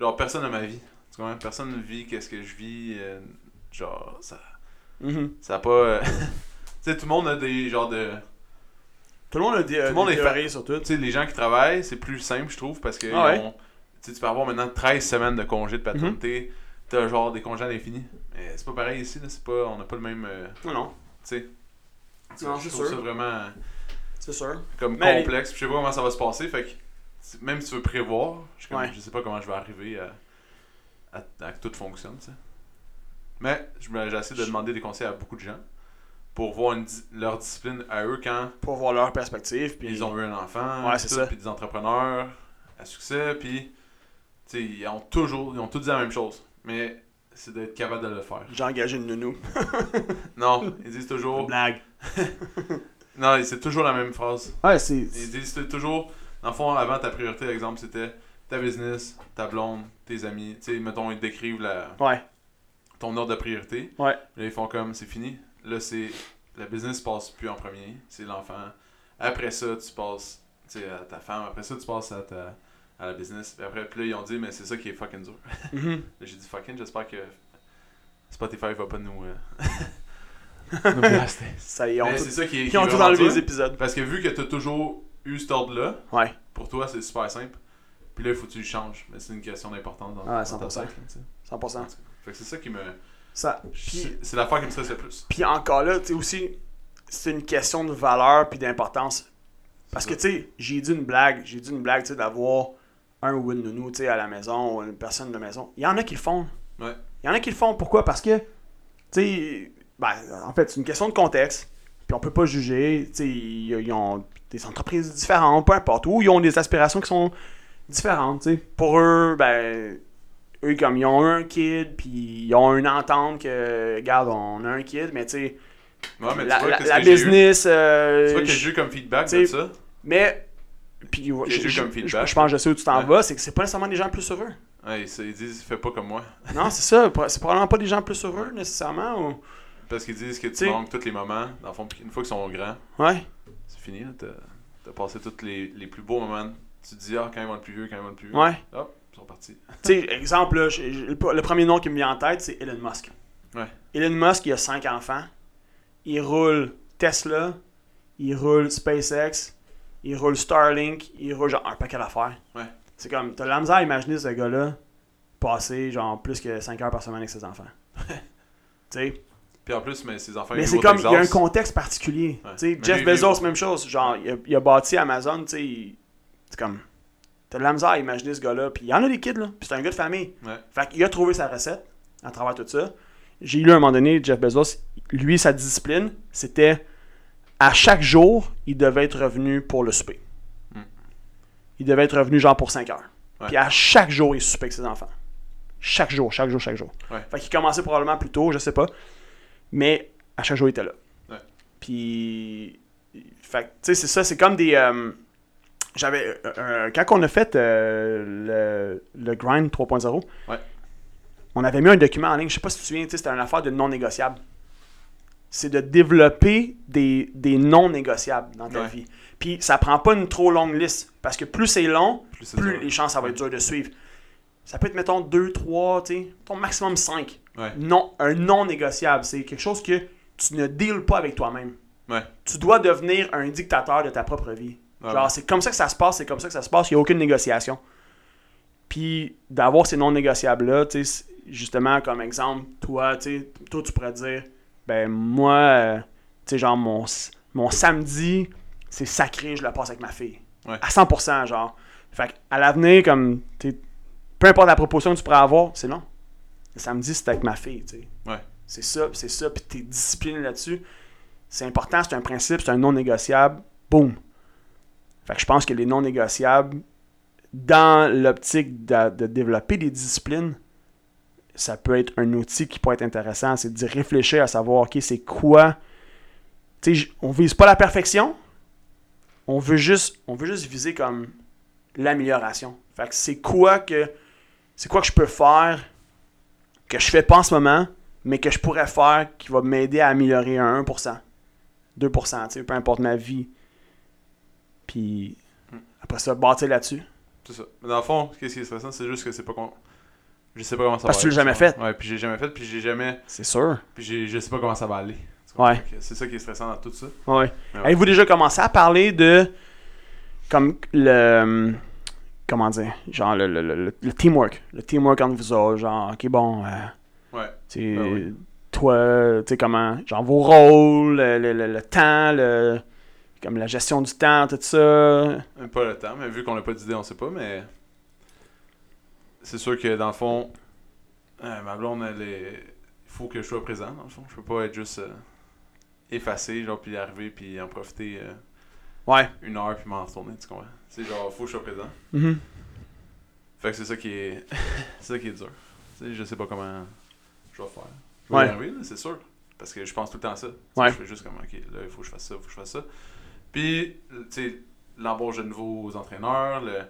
Genre, personne à ma vie. Tu comprends? Personne ne vit qu'est-ce que je vis. euh, genre, ça. Mhm. Ça a pas. euh, tu sais, tout le monde a des genres de. Tout le monde a des, le monde des est théories sur tout. Tu sais, les gens qui travaillent, c'est plus simple, je trouve, parce que. Ah ouais? Mhm. ils ont- Tu sais, tu peux avoir maintenant 13 semaines de congé de paternité. T'as genre des congés à l'infini. Mais c'est pas pareil ici, là. C'est pas. On n'a pas le même. euh, Non, non, tu sais. Non, je c'est trouve sûr. ça vraiment c'est sûr. comme Mais- complexe. puis Je sais pas comment ça va se passer. Fait que c'est- même si tu veux prévoir, je, suis comme, Ouais. je sais pas comment je vais arriver à, à- à que tout fonctionne. tu sais. Mais je me- j'essaie de demander des conseils à beaucoup de gens pour voir une di- leur discipline à eux quand Pour voir leur perspective. Puis ils ont eu un enfant, Ouais, puis c'est tout, ça. puis des entrepreneurs à succès, puis tu sais, ils ont toujours, ils ont tous dit la même chose. Mais c'est d'être capable de le faire. J'ai engagé une nounou. Non, ils disent toujours. Blague. Non, c'est toujours la même phrase. Ouais, c'est. Ils disent t- toujours, dans le fond, avant ta priorité, exemple, c'était ta business, ta blonde, tes amis. Tu sais, mettons, ils te décrivent la, Ouais. ton ordre de priorité. Ouais. Là, ils font comme, c'est fini. Là, c'est. La business passe plus en premier, c'est l'enfant. Après ça, tu passes tu sais, à ta femme. Après ça, tu passes à, ta, à la business. Puis après, puis là, ils ont dit, mais c'est ça qui est fucking dur. Mhm. Là, J'ai dit fucking, j'espère que Spotify va pas nous. euh, nous blaster. Ça y est, Mais on Ben, c'est ça qui est. qui Ils est ont tout vraiment enlevé dur. les épisodes. Parce que vu que t'as toujours eu cet ordre-là, Ouais. pour toi, c'est super simple. Puis là, il faut que tu le changes. Mais c'est une question importante dans, Ah, dans 100%. ta tête, là, tu sais. 100%. Fait que c'est ça qui me. Ça, puis, C'est c'est l'affaire qui me stresse le plus. puis encore là, tu sais aussi, c'est une question de valeur puis d'importance. Parce que, tu sais, j'ai dit une blague, j'ai dit une blague, tu sais, d'avoir un ou une nounou, tu sais, à la maison, ou une personne de la maison. Il y en a qui le font. Ouais. Il y en a qui le font. Pourquoi? Parce que, tu sais, ben, en fait, c'est une question de contexte. Puis on peut pas juger. Tu sais, ils ils ont des entreprises différentes, peu importe. Ou ils ont des aspirations qui sont différentes, tu sais. Pour eux, ben, eux, comme ils ont un kid, puis ils ont une entente que, regarde, on a un kid, mais tu sais, Ouais, Ah, mais la, tu vois, la- qu'est-ce la que j'ai eu? business. euh, Tu vois que je- j'ai eu comme feedback tu de sais, ça. mais. Puis, je, J'ai eu je- comme je- feedback. je pense que je sais où tu t'en Ouais. vas, c'est que c'est pas nécessairement des gens plus heureux. Ouais, ils se- ils disent, fais pas comme moi. Non, c'est ça. pro- C'est probablement pas des gens plus heureux, nécessairement. Ou... Parce qu'ils disent que tu T'sais. manques tous les moments. Dans le fond, puis une fois qu'ils sont grands, Ouais. c'est fini. là. T'as t'as passé tous les, les plus beaux moments. Tu te dis, ah, quand ils vont être plus vieux, quand ils vont être plus vieux. Ouais. Hop, ils sont partis. tu sais, exemple, là, j'ai- j'ai- le le premier nom qui me vient en tête, c'est Elon Musk. Ouais. Elon Musk, il a cinq enfants. Il roule Tesla, il roule SpaceX, il roule Starlink, il roule genre un paquet d'affaires. Ouais. C'est comme, t'as de la misère à imaginer ce gars-là passer genre plus que 5 heures par semaine avec ses enfants. tu sais, Puis en plus, mais ces enfants, Mais ils c'est jouent au comme, il y a un Texas. contexte particulier. Ouais. Tu sais, Mais Jeff lui, lui, Bezos, il- même chose. Genre, il a, il a bâti Amazon, tu sais, il- c'est comme... T'as de la misère à imaginer ce gars-là. Puis il y en a des kids, là. Puis c'est un gars de famille. Ouais. Fait qu'il a trouvé sa recette à travers tout ça. J'ai lu à un moment donné, Jeff Bezos, lui, sa discipline, c'était à chaque jour, il devait être revenu pour le souper. Hmm. Il devait être revenu genre pour 5 heures. Ouais. Puis à chaque jour, il soupait avec ses enfants. Chaque jour, chaque jour, chaque jour. Ouais. Fait qu'il commençait probablement plus tôt, je sais pas. Mais à chaque jour, il était là. Ouais. Puis. Fait que, tu sais, c'est ça, c'est comme des. euh, J'avais. euh, euh, quand on a fait euh, le, le Grind 3.0, Ouais. on avait mis un document en ligne, je sais pas si tu te souviens, tu sais, c'était une affaire de non négociable. C'est de développer des, des non négociables dans ta Ouais. vie. Puis ça prend pas une trop longue liste, parce que plus c'est long, Plus c'est plus dur. les chances, ça va être dur de suivre. Ça peut être, mettons, 2, 3, tu sais, ton maximum 5. Ouais. Non, un non négociable, c'est quelque chose que tu ne deals pas avec toi-même. Ouais. Tu dois devenir un dictateur de ta propre vie. Ouais, Genre, Ah ouais. c'est comme ça que ça se passe, c'est comme ça que ça se passe, il n'y a aucune négociation. Puis d'avoir ces non négociables-là, tu sais, c'est- justement, comme exemple, toi, tu sais, toi, tu pourrais dire, ben moi, euh, tu sais, genre, mon, s- mon samedi, c'est sacré, je le passe avec ma fille. Ouais. À 100%, genre. Fait que, à l'avenir, comme, tu sais, peu importe la proposition que tu pourrais avoir, c'est non. Le samedi, c'est avec ma fille, tu sais. Ouais. C'est ça, puis c'est ça, puis tes disciplines là-dessus, c'est important, c'est un principe, c'est un non négociable, boum. Fait que je pense que les non négociables, dans l'optique de, de développer des disciplines, ça peut être un outil qui peut être intéressant, c'est de réfléchir à savoir, ok, c'est quoi. Tu sais, j- on vise pas la perfection, on veut juste, on veut juste viser comme l'amélioration. Fait que c'est quoi que, c'est quoi que je peux faire, que je fais pas en ce moment, mais que je pourrais faire qui va m'aider à améliorer à 1%, 2%, tu sais, peu importe ma vie. Puis après ça, bâtir là-dessus. C'est ça. Mais dans le fond, qu'est-ce qui est stressant, c'est juste que c'est pas con. Je sais pas comment ça Parce que tu va l'as être, jamais ça. Ouais, puis j'ai jamais fait, puis j'ai jamais. C'est sûr. Puis j'ai- je sais pas comment ça va aller. Tu Ouais. comprends? Fait que C'est ça qui est stressant dans tout ça. Ouais. Mais ouais. Avez-vous déjà commencé à parler de. Comme le. Comment dire Genre le, le- le- le- le teamwork. Le teamwork entre vous autres. Genre, ok, bon. euh, Ouais. tu sais, Ben oui. toi, tu sais, comment. Genre vos rôles, le, le- le- le temps, le. Comme la gestion du temps, tout ça. Même Pas le temps, mais vu qu'on n'a pas d'idée, on sait pas, mais. C'est sûr que dans le fond, euh, ma blonde, elle est. Il faut que je sois présent, dans le fond. Je peux pas être juste euh, effacé, genre, puis arriver, puis en profiter euh, Ouais. une heure, puis m'en retourner, tu comprends? C'est genre, faut que je sois présent. Mhm. Fait que c'est ça qui est. c'est ça qui est dur. Tu sais, je sais pas comment je vais faire. Je vais Ouais. y arriver, là, c'est sûr. Parce que je pense tout le temps à ça. Tu sais, Ouais. Je fais juste comme, ok, là, il faut que je fasse ça, il faut que je fasse ça. Puis, tu sais, l'embauche de nouveaux entraîneurs, le-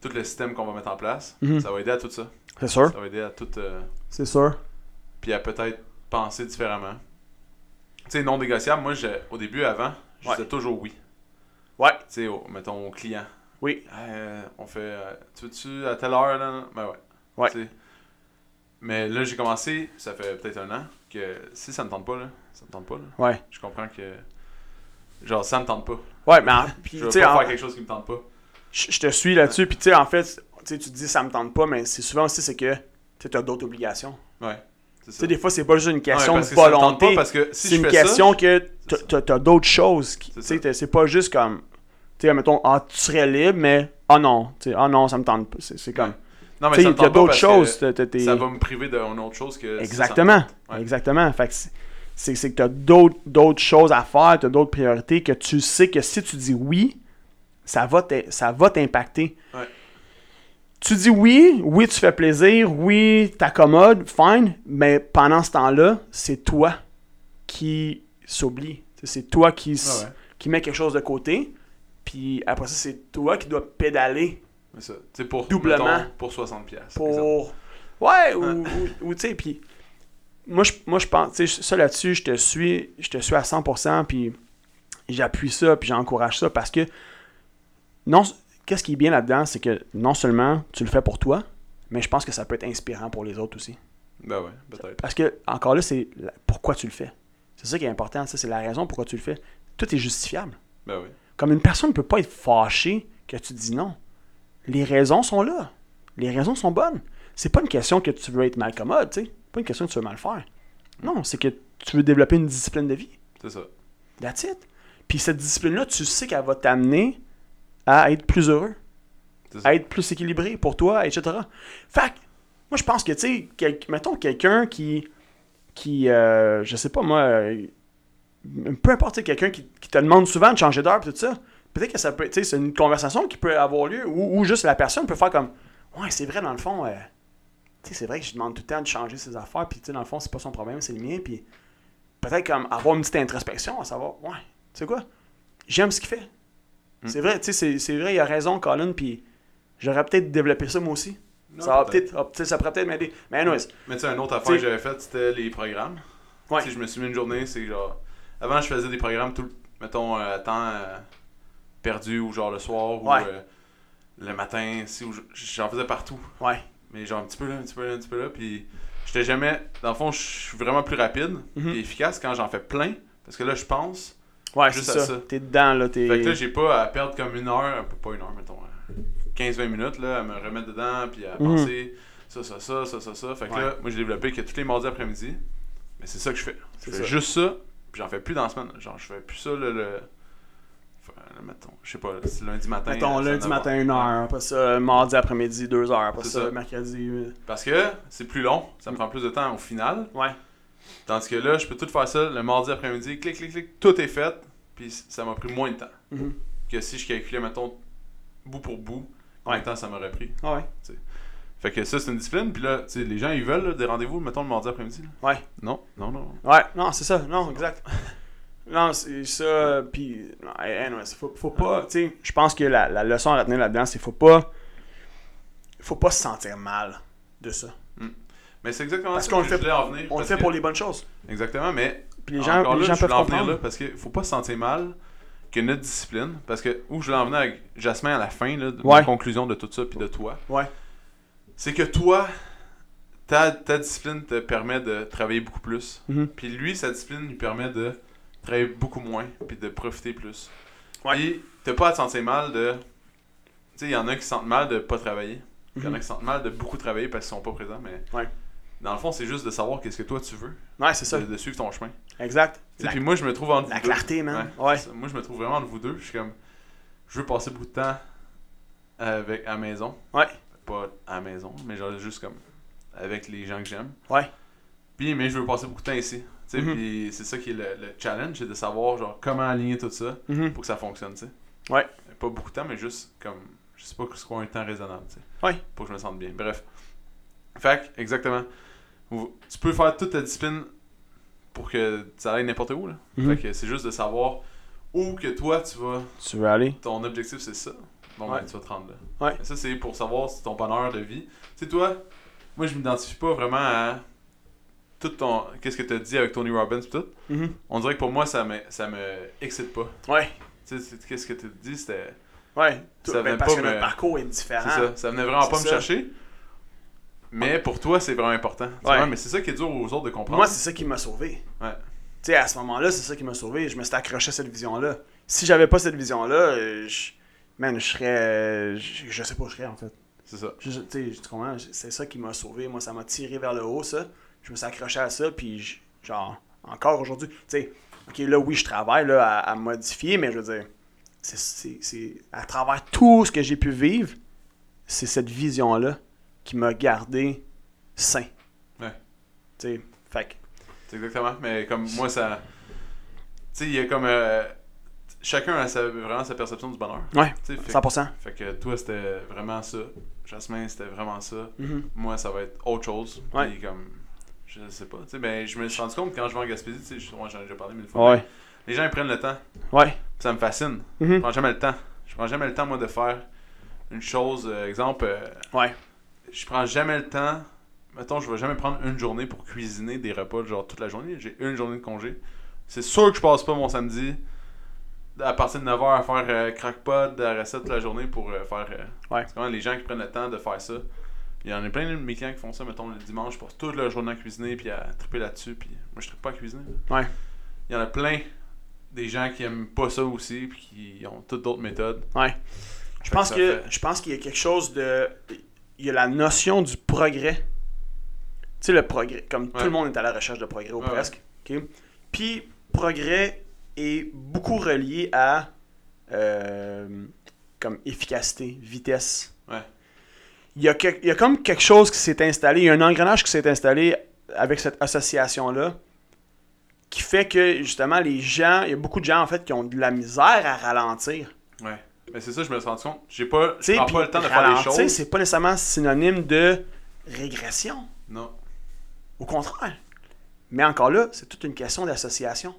tout le système qu'on va mettre en place, Mhm. ça va aider à tout ça. C'est sûr. Ça va aider à tout. euh, C'est sûr. puis à peut-être penser différemment. Tu sais, non négociable, moi, je- au début, avant, je Ouais. disais toujours oui. Ouais. Tu sais, au- mettons, au client. Oui. Ah, euh, on fait. euh, tu veux-tu à telle heure, là? là? Ben ouais. Ouais. Tu sais. Mais là, j'ai commencé, ça fait peut-être un an, que si ça me tente pas, là, ça me tente pas, là. Ouais. Je comprends que. Genre, ça me tente pas. Ouais, mais en- puis, Je tu veux sais, pas en- faire quelque chose qui me tente pas. je je te suis là-dessus. Puis, tu sais, en fait, tu sais, tu te dis ça me tente pas, mais c'est souvent aussi, c'est que tu as d'autres obligations. Ouais. C'est Tu ça. sais, des fois, c'est pas juste une Non, mais question parce de que ça me tente volonté. pas, parce que si c'est je une fais question que C'est ça. t'as- t'as as, d'autres choses. qui- C'est Tu ça. sais, t'es- c'est pas juste comme, tu sais, mettons, ah, tu serais libre, mais ah non, tu sais, ah non, ça me tente pas. C'est c'est comme, ça. Non, mais tu sais, ça me il y a tente pas d'autres parce choses. que t'as- t'as- t'es- Ça va me priver d'une autre chose que. si ça me tente. Exactement, Ouais. exactement. Fait que c'est- c'est c'est que t'as d'autres d'autres choses à faire, t'as d'autres priorités que tu sais que si tu dis oui, ça va t'im- ça va t'impacter. Ouais. Tu dis oui, oui, tu fais plaisir, oui, t'accommodes, fine, mais pendant ce temps-là, c'est toi qui s'oublie. C'est- C'est toi qui, s- Ouais, ouais. qui met quelque chose de côté, puis après ça, c'est toi qui dois pédaler Mais ça. Tu sais, pour. Doublement. mettons, pour 60$. piastres, pour. exemple. Ouais, ou, ou, ou, tu sais, puis moi je, moi, je pense, tu sais, ça là-dessus, je te suis, je te suis à 100%, puis j'appuie ça, puis j'encourage ça parce que non, qu'est-ce qui est bien là-dedans, c'est que non seulement tu le fais pour toi, mais je pense que ça peut être inspirant pour les autres aussi. Ben ouais, peut-être. Parce que, encore là, c'est la- pourquoi tu le fais. C'est ça qui est important, ça, c'est la raison pourquoi tu le fais. Tout est justifiable. Ben ouais. Comme une personne ne peut pas être fâchée que tu dis non. Les raisons sont là. Les raisons sont bonnes. C'est pas une question que tu veux être mal commode, tu sais. Pas une question que tu veux mal faire. Non, c'est que tu veux développer une discipline de vie. C'est ça. That's it. Puis cette discipline-là, tu sais qu'elle va t'amener à être plus heureux, C'est ça. à être plus équilibré pour toi, etc. Fait que, moi, je pense que, tu sais, quel- mettons quelqu'un qui, qui euh, je sais pas moi, euh, peu importe, tu sais, quelqu'un qui, qui te demande souvent de changer d'heure, pis tout ça, peut-être que ça peut, tu sais, c'est une conversation qui peut avoir lieu, ou, ou juste la personne peut faire comme, ouais, c'est vrai, dans le fond, euh, tu sais, c'est vrai que je demande tout le temps de changer ses affaires, puis tu sais, dans le fond, c'est pas son problème, c'est le mien, puis peut-être comme avoir une petite introspection, à savoir, ouais, tu sais quoi, j'aime ce qu'il fait. Hmm. C'est vrai, tu sais, c'est- c'est vrai, il a raison, Colin, puis j'aurais peut-être développé ça moi aussi. Non, ça, va peut-être. peut-être, ah, tu sais, ça pourrait peut-être m'aider. Mais anyways, Mais tu sais, une autre affaire T'sais- que j'avais faite, c'était les programmes. Ouais. Tu sais, je me suis mis une journée, c'est genre. Avant, je faisais des programmes tout le. Mettons, euh, à temps euh, perdu ou genre le soir ou Ouais. euh, le matin, si, ou je- j'en faisais partout. ouais. Mais genre un petit peu là, un petit peu là, un petit peu là. Puis j'étais jamais. Dans le fond, je suis vraiment plus rapide Mhm. et efficace quand j'en fais plein. Parce que là, je pense. Ouais, Juste c'est ça. à ça. T'es dedans, là. T'es... Fait que là, j'ai pas à perdre comme une heure, un peu pas une heure, mettons, hein, 15-20 minutes là, à me remettre dedans, puis à Mhm. penser ça, ça, ça, ça, ça, ça. Fait que Ouais. là, moi, j'ai développé que tous les mardis après-midi, mais c'est ça que je fais. Je C'est fais ça. juste ça, puis j'en fais plus dans la semaine. Genre, je fais plus ça le. le... enfin, là, mettons, je sais pas, c'est lundi matin. Mettons euh, lundi 9 matin, une Ouais. heure. Après ça, mardi après-midi, deux heures. Après C'est ça, ça. mercredi. euh, Parce que c'est plus long, ça me prend plus de temps au final. Mm. Ouais. Tandis que là, je peux tout faire ça le mardi après-midi, clic, clic, clic, tout est fait, puis ça m'a pris moins de temps. Mhm. Que si je calculais, mettons, bout pour bout, combien de temps ça m'aurait pris. Ah ouais. Fait que ça, c'est une discipline, puis là, tu sais, les gens, ils veulent là, des rendez-vous, mettons, le mardi après-midi. là. Ouais. Non, non, non. Ouais. Non, c'est ça. Non, exact. non, c'est ça. Puis, non, hey, anyways, faut, faut pas. Tu sais, je pense que la, la leçon à retenir là-dedans, c'est faut pas. Faut pas se sentir mal de ça. Mais c'est exactement Parce ça qu'on que le je fait- voulais en venir. On le parce fait que- pour les bonnes choses. Exactement, mais Puis les gens, encore les là, gens je voulais peuvent en venir comprendre. là, parce qu'il faut pas se sentir mal que notre discipline, parce que où je voulais en venir avec Jasmin à la fin, là, de Ouais. la conclusion de tout ça, puis de toi, Ouais. c'est que toi, ta, ta discipline te permet de travailler beaucoup plus. Mhm. Puis lui, sa discipline lui permet de travailler beaucoup moins, puis de profiter plus. Ouais. Puis t'as pas à te sentir mal de. Tu sais, il y en a qui se sentent mal de pas travailler. Il y en a qui se sentent mal de beaucoup travailler parce qu'ils sont pas présents, mais. Mhm. Ouais. Dans le fond, c'est juste de savoir qu'est-ce que toi tu veux, Ouais, c'est ça. de, de suivre ton chemin. Exact. Tu sais, La, Puis moi, je me trouve entre la vous deux. clarté, man. Ouais, Ouais. c'est ça. Moi, je me trouve vraiment entre vous deux. Je suis comme. Je veux passer beaucoup de temps avec, à la maison. Ouais. Pas à la maison, mais genre juste comme. Avec les gens que j'aime. Ouais. Puis, mais je veux passer beaucoup de temps ici. Tu sais, Mhm. puis c'est ça qui est le, le challenge, c'est de savoir genre comment aligner tout ça Mhm. pour que ça fonctionne, tu sais. Ouais. Pas beaucoup de temps, mais juste comme. Je sais pas que ce soit un temps raisonnable, tu sais. Ouais. Pour que je me sente bien. Bref. Fait que, exactement. Vous- Tu peux faire toute ta discipline pour que ça aille n'importe où, là. Mhm. Fait que c'est juste de savoir où que toi tu vas. Tu veux aller? Ton objectif, c'est ça. Bon, ben, Ouais. tu vas te rendre là. Ouais. Mais ça, c'est pour savoir si ton bonheur de vie. Tu sais, toi, moi, je m'identifie pas vraiment à tout ton. Qu'est-ce que tu as dit avec Tony Robbins pis tout. Mhm. On dirait que pour moi, ça me, ça me excite pas. Ouais. Tu sais, c'est- qu'est-ce que tu dis, c'était. Ouais. Ça Ben, venait parce pas que me- notre parcours est différent. C'est ça. Ça venait vraiment Ah, C'est pas me ça. chercher. Mais pour toi, c'est vraiment important. Tu Ouais. vois, mais c'est ça qui est dur aux autres de comprendre. Moi, c'est ça qui m'a sauvé. Ouais. Tu sais, à ce moment-là, c'est ça qui m'a sauvé. Je me suis accroché à cette vision-là. Si j'avais pas cette vision-là, euh, je... man, je serais. euh, Je, je sais pas où je serais, en fait. C'est ça. Je- je- Tu sais, tu comprends? Je- C'est ça qui m'a sauvé. Moi, ça m'a tiré vers le haut, ça. Je me suis accroché à ça, puis je- genre, encore aujourd'hui, tu sais, ok, là, oui, je travaille là, à, à modifier, mais je veux dire, c'est- c'est c'est- à travers tout ce que j'ai pu vivre, c'est cette vision-là qui m'a gardé sain. Ouais. Tu sais, fait que- C'est exactement. Mais comme moi, ça. Tu sais, il y a comme. euh, Chacun a sa- vraiment sa perception du bonheur. Ouais, Tu sais, fait, 100%. fait que toi, c'était vraiment ça. Jasmin, c'était vraiment ça. Mhm. Moi, ça va être autre chose. Ouais. Puis comme. Je sais pas. Tu sais, ben, je me suis rendu compte quand je vais en Gaspésie, tu sais, je- moi, j'en ai déjà parlé mille fois. Ouais. mais Les gens, ils prennent le temps. Ouais. Ça me fascine. Je Mhm. prends jamais le temps. Je prends jamais le temps, moi, de faire une chose. euh, exemple, euh, Ouais. je prends jamais le temps. Mettons, je vais jamais prendre une journée pour cuisiner des repas, genre toute la journée. J'ai une journée de congé. C'est sûr que je passe pas mon samedi à partir de 9h à faire euh, crackpot de la recette toute la journée pour euh, faire. euh, Ouais. C'est quand même les gens qui prennent le temps de faire ça. Il y en a plein de mes clients qui font ça, mettons, le dimanche, pour toute la journée à cuisiner, puis à triper là-dessus. Puis moi, je tripe pas à cuisiner. là. Ouais. Il y en a plein des gens qui aiment pas ça aussi, puis qui ont toutes d'autres méthodes. Je pense ça que fait- je pense qu'il y a quelque chose de il y a la notion du progrès. Tu sais le progrès, comme tout Ouais. le monde est à la recherche de progrès ou Ouais, ouais. presque, OK? Puis progrès est beaucoup relié à euh, comme efficacité, vitesse. Ouais. Il y, a que- il y a comme quelque chose qui s'est installé, il y a un engrenage qui s'est installé avec cette association-là qui fait que justement les gens, il y a beaucoup de gens en fait qui ont de la misère à ralentir. Ouais. Mais c'est ça, je me suis rendu compte. J'ai pas, Tu je sais, prends puis pas le temps de faire des ralentir, choses. c'est pas nécessairement synonyme de régression. Non. Au contraire. Mais encore là, c'est toute une question d'association.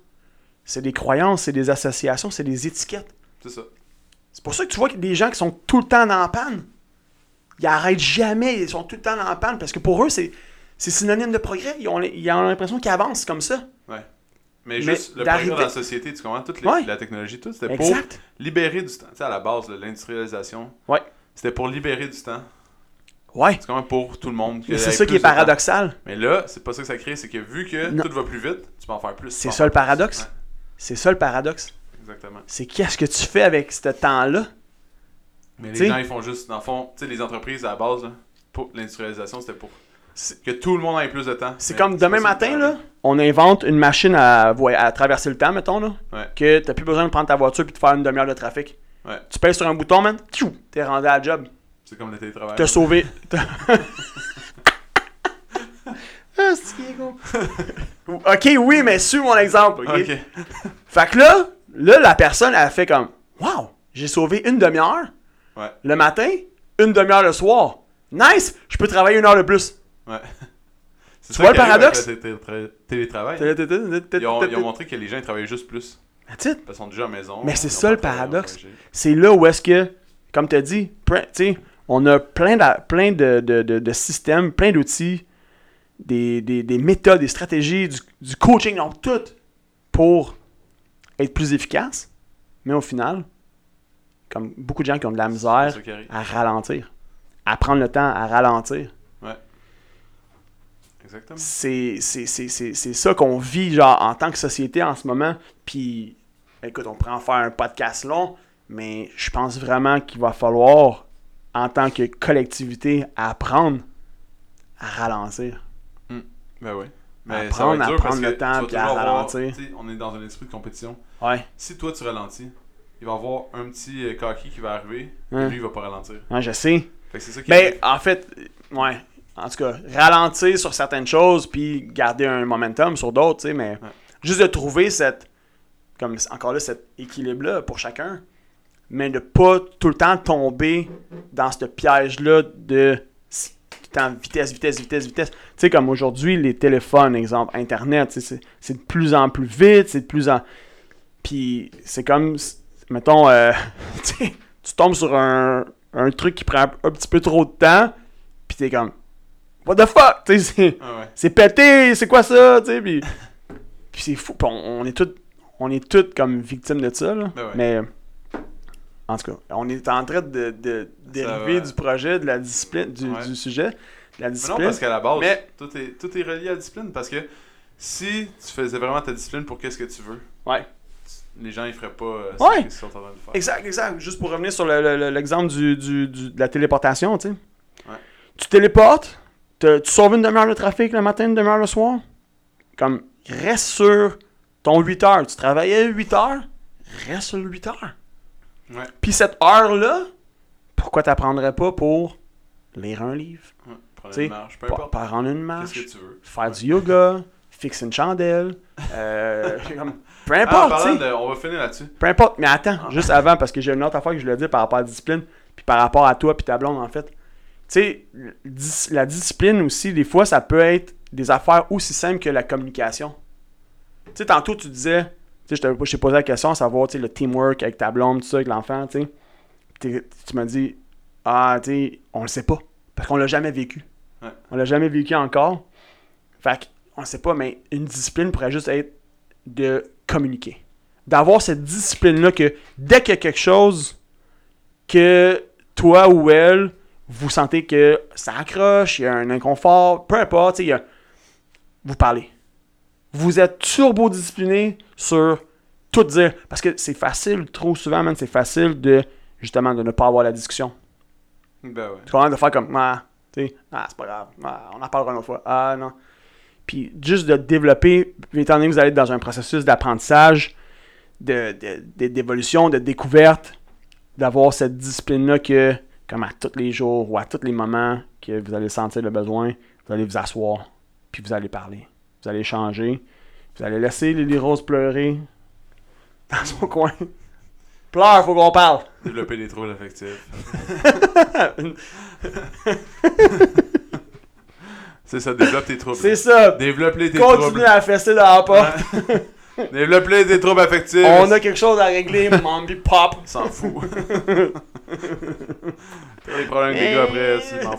C'est des croyances, c'est des associations, c'est des étiquettes. C'est ça. C'est pour ça que tu vois que des gens qui sont tout le temps en panne, ils arrêtent jamais, ils sont tout le temps en panne parce que pour eux, c'est c'est synonyme de progrès. Ils ont, l- ils ont l'impression qu'ils avancent comme ça. Mais, Mais juste le progrès d'arriver- dans la société, tu comprends? Toute les- Ouais. la technologie, tout, c'était pour Exact. libérer du temps. Tu sais, à la base, là, l'industrialisation, Ouais. c'était pour libérer du temps. Ouais. C'est quand même pour tout le monde. qu'il Mais y C'est ait ça plus qui est de temps. paradoxal. Mais là, c'est pas ça que ça crée, c'est que vu que Non. tout va plus vite, tu peux en faire plus. tu C'est peux en ça le faire plus. paradoxe. Ouais, C'est ça le paradoxe. exactement. C'est qu'est-ce que tu fais avec ce temps-là? Mais T'sais- les gens, ils font juste, dans le fond, tu sais, les entreprises à la base, là, pour l'industrialisation, c'était pour C'est- que tout le monde ait plus de temps. C'est Mais comme demain pas ça, matin, le là, on invente une machine à, voy- à traverser le temps, mettons, là, Ouais. que t'as plus besoin de prendre ta voiture puis de faire une demi-heure de trafic. Ouais. Tu pèses sur un bouton, man, tchou, t'es rendu à la job. C'est comme le télétravail. T'as sauvé. t'as- Ah, c'est qui est con. ok, oui, mais suis mon exemple, ok? Ok. Fait que là, là, la personne, elle fait comme Wow, j'ai sauvé une demi-heure Ouais. le matin, une demi-heure le soir. Nice, je peux travailler une heure de plus. Ouais. C'est vois le qui arrive paradoxe? avec le télétra- télétravail. Ils ont, ils ont C'est montré que les gens ils travaillaient juste plus. Parce qu'ils sont déjà à la maison. Mais c'est ils ont ça, le pas de travail, paradoxe. ils ont voyagé. c'est là où est-ce que, comme tu as dit, pre- tu sais, on a plein de, plein de, de- de- de systèmes, plein d'outils, des, des- des méthodes, des stratégies, du, du coaching, donc tout pour être plus efficace. Mais au final, comme beaucoup de gens qui ont de la C'est misère ça qui arrive. à ralentir, à prendre le temps à ralentir, Exactement. c'est c'est- c'est- c'est- c'est ça qu'on vit genre en tant que société en ce moment. Puis, écoute, on pourrait en faire un podcast long, mais je pense vraiment qu'il va falloir, en tant que collectivité, apprendre à ralentir. Ben oui. À Mais ça va prendre- être à dur parce prendre que le tu temps, vas puis à toujours avoir- ralentir. tu sais, On est dans un esprit de compétition. Ouais, Si toi tu ralentis, il va y avoir un petit euh, coquille qui va arriver. Hein. Ben, Et lui, il va pas ralentir. hein, je sais. Fait que c'est ça qui Mais arrive. en fait, euh, ouais. En tout cas, ralentir sur certaines choses, puis garder un momentum sur d'autres, tu sais, mais Ouais. juste de trouver cette, comme encore là, cet équilibre-là pour chacun, mais de pas tout le temps tomber dans ce piège-là de s- tout le temps vitesse, vitesse, vitesse, vitesse. Tu sais, comme aujourd'hui, les téléphones, exemple, Internet, tu sais, c'est c'est de plus en plus vite, c'est de plus en. Puis c'est comme, s- mettons, euh, tu sais, tu tombes sur un, un truc qui prend un, un petit peu trop de temps, puis t'es comme, what the fuck, tu sais, c'est- Ah ouais. c'est pété, c'est quoi ça, tu sais, puis, puis c'est fou, puis on, on est tous, on est tous comme victimes de ça, là, Ben ouais. mais, en tout cas, on est en train de, de Ça dériver va. du projet, de la discipline, du, Ouais. du sujet, La Mais non, discipline. parce qu'à la base, Mais- tout, est, tout est relié à la discipline. Parce que si tu faisais vraiment ta discipline pour qu'est-ce que tu veux, Ouais. tu- les gens ils feraient pas euh, Ouais. ce qu'ils sont en train de faire. Exact, exact. Juste pour revenir sur le- le- le- l'exemple du, du- du- de la téléportation, tu sais. Ouais. Tu téléportes, te- tu sauves une demi-heure de trafic le matin, une demi-heure le soir. Comme, reste sur ton 8 heures. Tu travaillais 8 heures, reste sur le 8 heures. Ouais. Puis cette heure-là, pourquoi t'apprendrais pas pour lire un livre, Ouais. Prendre T'sais, une marche, peu par- importe. prendre une Qu'est-ce marche, que tu veux. faire du yoga, fixer une chandelle, euh, comme, peu Ah, en importe, tu sais. parlant de- on va finir là-dessus. Peu importe, mais attends, juste avant, parce que j'ai une autre affaire que je voulais dire par rapport à la discipline, puis par rapport à toi, puis ta blonde, en fait. Tu sais, le- dis- la discipline aussi, des fois, ça peut être des affaires aussi simples que la communication. Tu sais, tantôt, tu disais, tu sais, je t'avais pas- je t'ai posé la question à savoir, tu sais, le teamwork avec ta blonde, tout ça, avec l'enfant, tu sais. T'es- Tu m'as dit, ah, tu sais, on le sait pas, parce qu'on l'a jamais vécu. Ouais. On l'a jamais vécu encore. Fait que, on sait pas, mais une discipline pourrait juste être de communiquer d'avoir cette discipline-là que dès qu'il y a quelque chose que toi ou elle, vous sentez que ça accroche, il y a un inconfort, peu importe, tu sais, il y a- vous parlez. Vous êtes turbo-discipliné sur tout dire. Parce que c'est facile, trop souvent, man, c'est facile de justement de ne pas avoir la discussion. Ben ouais. Tu comprends? De faire comme, ah, tu sais, ah, c'est pas grave, Ah, on en parlera une autre fois, ah, non. Puis juste de développer, étant donné que vous allez être dans un processus d'apprentissage, de- de- de- d'évolution, de, découverte, d'avoir cette discipline-là que, comme à tous les jours ou à tous les moments que vous allez sentir le besoin, vous allez vous asseoir, puis vous allez parler, vous allez changer, vous allez laisser Lily Rose pleurer dans son coin. Pleure, faut qu'on parle! Développer des troubles affectifs. C'est ça, développe tes troubles. C'est ça! Développe-les tes Continue troubles. à fesser dans la porte! Développe-les tes troubles affectifs. On a quelque chose à régler, Mambi Pop. s'en fout. T'as des problèmes avec des gars après, tu m'en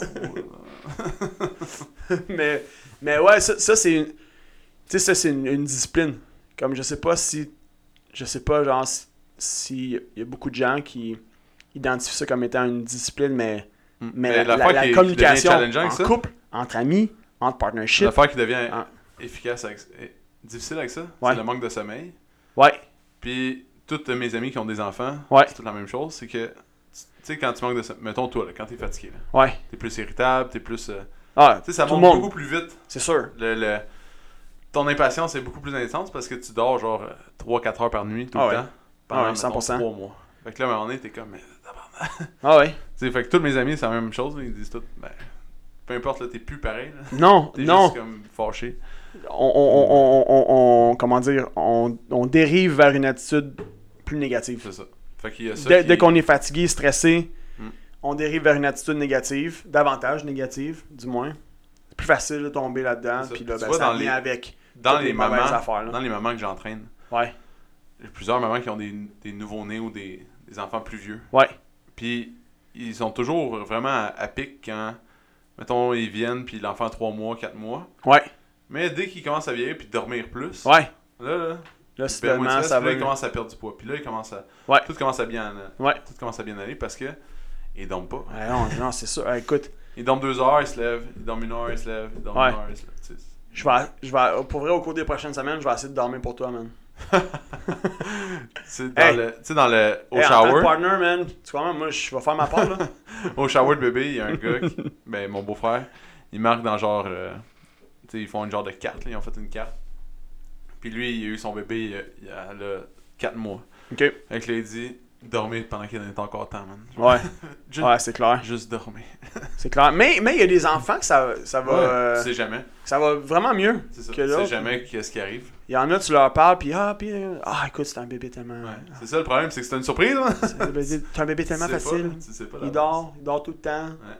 fous. mais, mais ouais, ça, ça, c'est une. Tu sais, ça, c'est une, une discipline. Comme je sais pas si. Je sais pas, genre, si- s'il y a beaucoup de gens qui identifient ça comme étant une discipline, mais, mais, la, la- l'affaire la qui est- qui devient communication challengeant en avec ça, couple, entre amis, entre partnership. L'affaire qui devient Ah. efficace avec eh, difficile avec ça, Ouais. c'est le manque de sommeil. Ouais, Puis toutes mes amis qui ont des enfants, Ouais. c'est toute la même chose, c'est que tu tu sais quand tu manques de sommeil, mettons toi là, quand t'es fatigué, là, ouais. t'es plus irritable, t'es plus euh, Ah, tu sais ça tout le monte monde, beaucoup plus vite. c'est sûr. Le, le- ton impatience est beaucoup plus intense parce que tu dors genre euh, 3-4 heures par nuit tout Ah le ouais. temps Ah ouais, pendant 100%. 3 mois. Fait que là à un moment donné, t'es comme mais Ah ouais. Tu sais, fait que tous mes amis, c'est la même chose. Ils disent tout, ben, peu importe, là, t'es plus pareil. Là. Non, T'es non. juste comme fâché. on, on- on- on- on- comment dire, on, on dérive vers une attitude plus négative. C'est ça. Fait qu'il y a ça. Dès, qui- dès qu'on est fatigué, stressé, Mm. on dérive vers une attitude négative, davantage négative, du moins. C'est plus facile de tomber là-dedans, C'est ça. puis là, Tu ben, vois, ça dans vient les- avec dans toutes les mauvaises mamans, affaires. là. dans les mamans que j'entraîne, Ouais, j'ai plusieurs mamans qui ont des, des nouveaux-nés ou des, des enfants plus vieux. ouais, Puis ils sont toujours vraiment à, à pic quand, mettons, ils viennent, puis l'enfant a 3 mois, 4 mois. ouais, Mais dès qu'ils commencent à vieillir puis dormir plus, ouais. là, là, Là, ils perdent moins soudainement, de stress, ça va. puis Ben, là, ils commencent à perdre du poids. Puis là, ils commencent à. Ouais. Tout commence à bien, Ouais. tout commence à bien aller parce que ils dorment pas. Ouais, non, non, c'est sûr. Ouais, écoute, Ils dorment deux heures, ils se lèvent. Ils dorment une heure, ils se lèvent. Ils dorment Ouais. une heure, ils se lèvent. tu sais. je vais, je vais, pour vrai, au cours des prochaines semaines, je vais essayer de dormir pour toi, man. C'est dans Hey. le, tu sais, dans le, au Hey, en tant que shower, partner, man, tu vois, moi, je vais faire ma part, là. au shower de bébé, il y a un gars, qui- ben mon beau-frère, il marque dans genre, euh, tu sais, ils font une genre de carte, là, ils ont fait une carte. Puis lui, il a eu son bébé il y a, il y a, là, quatre mois. OK. Fait que là, il dit, dormez pendant qu'il en est encore temps, man. Ouais, Juste, ouais, c'est clair. juste dormir. C'est clair. Mais mais il y a des enfants que ça, ça va euh, Tu sais jamais. ça va vraiment mieux. C'est ça. que Tu là- sais jamais qu'est-ce qui arrive. Il y en a, tu leur parles, puis ah, puis euh, ah, écoute, c'est un bébé tellement. Ouais. C'est ça le problème, c'est que c'est une surprise, là. C'est un bébé- c'est un bébé tellement Tu sais pas, facile. tu sais pas il d'avance. dort, il dort tout le temps. Ouais.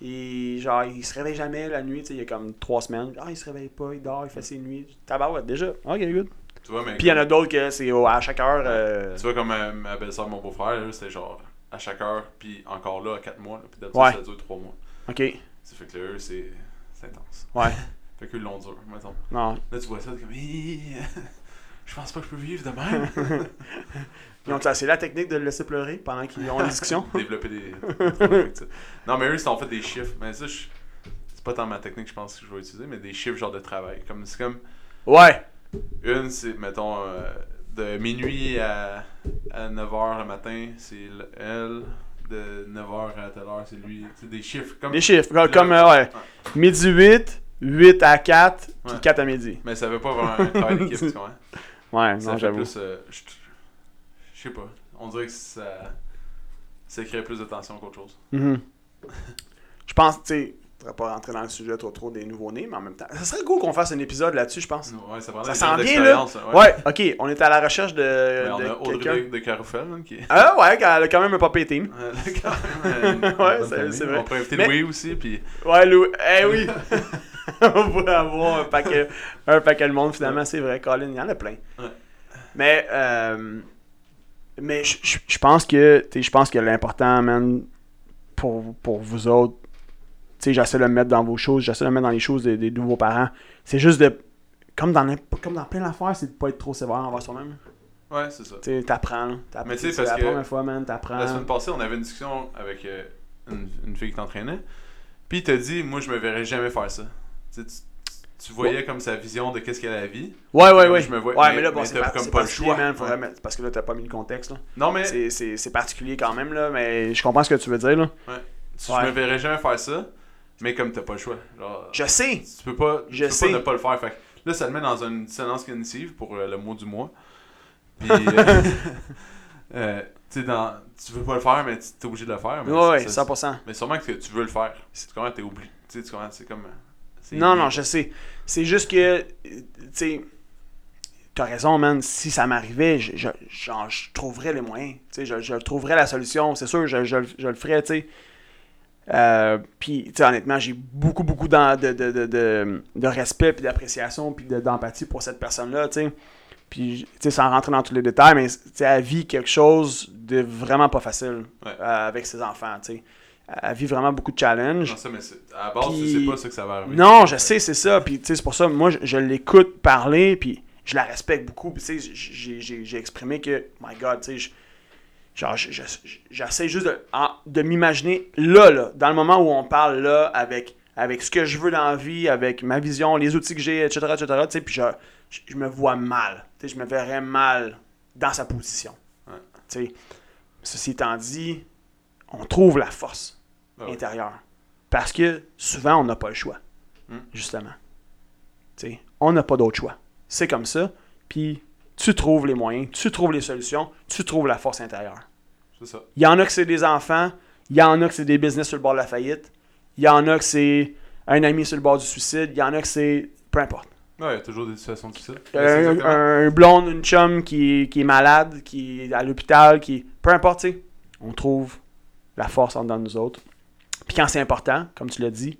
Il, genre, il se réveille jamais la nuit, tu sais, il y a comme trois semaines. Ah, il se réveille pas, il dort, il fait ses nuits. Tabarouette, déjà. Ok, good. Tu vois, mais. Puis il y en a d'autres que c'est au- à chaque heure. euh, Tu vois, comme ma, ma belle-sœur, mon beau-frère, là, c'était genre à chaque heure, puis encore là, à 4 mois, là, puis d'habitude, Ouais. ça dure 3 mois. Ok, Ça fait que là, eux, c'est c'est intense. ouais. Fait que eux, l'ont dur, mettons. non. Là, tu vois ça, t'es comme, Hi, hi, hi, je pense pas que je peux vivre de même. Ils ont essayé la technique de le laisser pleurer pendant qu'ils ont une discussion. Développer des. des trucs, tu sais. non, mais eux, ils sont fait des chiffres. Mais ça, je- c'est pas tant ma technique, je pense, que je vais utiliser, mais des chiffres genre de travail. Comme, c'est comme Ouais. une, c'est, mettons, euh, de minuit à, 9h le matin, c'est le- elle. De 9h à telle heure, c'est lui. C'est des chiffres. Comme, Des chiffres. Comme, Là, comme, euh, ouais. Midi 8, 8 à 4, puis Ouais. 4 à midi. Mais ça veut pas avoir un travail d'équipe, tu comprends? Ouais, Ça non, fait j'avoue. plus. euh, je je sais pas. On dirait que ça. Ça crée plus de tension qu'autre chose. Mhm. Je pense, tu sais, je voudrais pas rentrer dans le sujet trop trop des nouveaux-nés, mais en même temps, ça serait cool qu'on fasse un épisode là-dessus, je pense. Ouais, ça prend Ça des sent gens bien, là. d'expérience, Ouais. Ouais. ok, on est à la recherche de, Mais on de a Audrey quelqu'un. de, de Caroufel, hein, qui est. Ah ouais, elle a quand même un papier team. Euh, quand même, euh, une Ouais, bonne c'est- famille. c'est vrai. On pourrait inviter Mais- Louis aussi, puis. Ouais, Lou, eh oui! on pourrait avoir un paquet, un paquet de monde, finalement, c'est vrai, Colin, il y en a plein. Ouais. Mais, euh, mais je- je je pense que, tu sais, je pense que l'important, man, pour, pour vous autres, tu sais, j'essaie de le mettre dans vos choses, j'essaie de le mettre dans les choses des, des nouveaux parents. C'est juste de, comme dans, n'importe- comme dans plein d'affaires, c'est de pas être trop sévère envers soi-même. Ouais, c'est ça. Tu sais, t'apprends, là. T'apprends. Mais tu sais, C'est parce la que première fois, man, t'apprends. La semaine passée, on avait une discussion avec euh, une, une fille qui t'entraînait. Puis il t'a dit, moi, je me verrais jamais faire ça. Tu, sais, tu- tu voyais comme sa vision de qu'est-ce qu'elle a la vie. Ouais, ouais, Comme ouais. je me vois- ouais, mais- mais là, bon, mais c'est t'as pas, comme c'est pas le particulier, choix. man, faudrait Ouais. mettre- parce que là, t'as pas mis le contexte, là. Non, mais C'est- C'est c'est particulier quand même, là, mais je comprends ce que tu veux dire, là. tu- ouais. je me verrais jamais faire ça. Mais comme t'as pas le choix. Genre, Je sais! Tu peux pas, tu Je peux pas sais. ne pas le faire. Fait que là, ça le met dans une dissonance cognitive pour euh, le mot du mois. Puis, euh, euh, tu sais, dans- tu veux pas le faire, mais tu es obligé de le faire. Mais Ouais, ouais, ça- 100%. Mais sûrement que tu veux le faire. Tu comment t'es obligé. Tu sais, tu comprends, c'est comme. euh, c'est- Non, non, je sais. C'est juste que, euh, tu sais, t'as raison, man. Si ça m'arrivait, je, je, genre, je trouverais les moyens. Tu sais, je, je trouverais la solution, c'est sûr, je, je, je le ferais, tu sais. Euh, puis, tu sais, honnêtement, j'ai beaucoup, beaucoup d'en- de, de, de, de, de respect, puis d'appréciation, puis de- d'empathie pour cette personne-là, tu sais. Puis, tu sais, sans rentrer dans tous les détails, mais, tu sais, elle vit quelque chose de vraiment pas facile Ouais. euh, avec ses enfants, tu sais. Elle vit vraiment beaucoup de challenges. Non, ça, mais c'est- à la base, Puis- tu sais pas ça que ça va arriver. Non, je sais, c'est ça. Puis, tu sais, c'est pour ça, moi, je, je l'écoute parler, puis je la respecte beaucoup. Puis, tu sais, j'ai- j'ai j'ai exprimé que, my God, tu sais, je- genre, je- je- je- j'essaie juste de, en- de m'imaginer là, là, dans le moment où on parle là, avec, avec ce que je veux dans la vie, avec ma vision, les outils que j'ai, etc., etc., tu sais, puis je, je, je me vois mal. Tu sais, je me verrais mal dans sa position. Ouais. Tu sais, ceci étant dit, on trouve la force Ah ouais. intérieur. Parce que souvent, on n'a pas le choix, Mm. justement. Tu sais, on n'a pas d'autre choix. C'est comme ça. Puis, tu trouves les moyens, tu trouves les solutions, tu trouves la force intérieure. C'est ça. Il y en a que c'est des enfants, il y en a que c'est des business sur le bord de la faillite, il y en a que c'est un ami sur le bord du suicide, il y en a que c'est. Peu importe. Ouais, il y a toujours des situations difficiles. Mais c'est Euh, Un, exactement- un blonde, une chum qui, qui est malade, qui est à l'hôpital, qui. Peu importe, tu sais. On trouve la force en dedans de nous autres. Puis quand c'est important, comme tu l'as dit,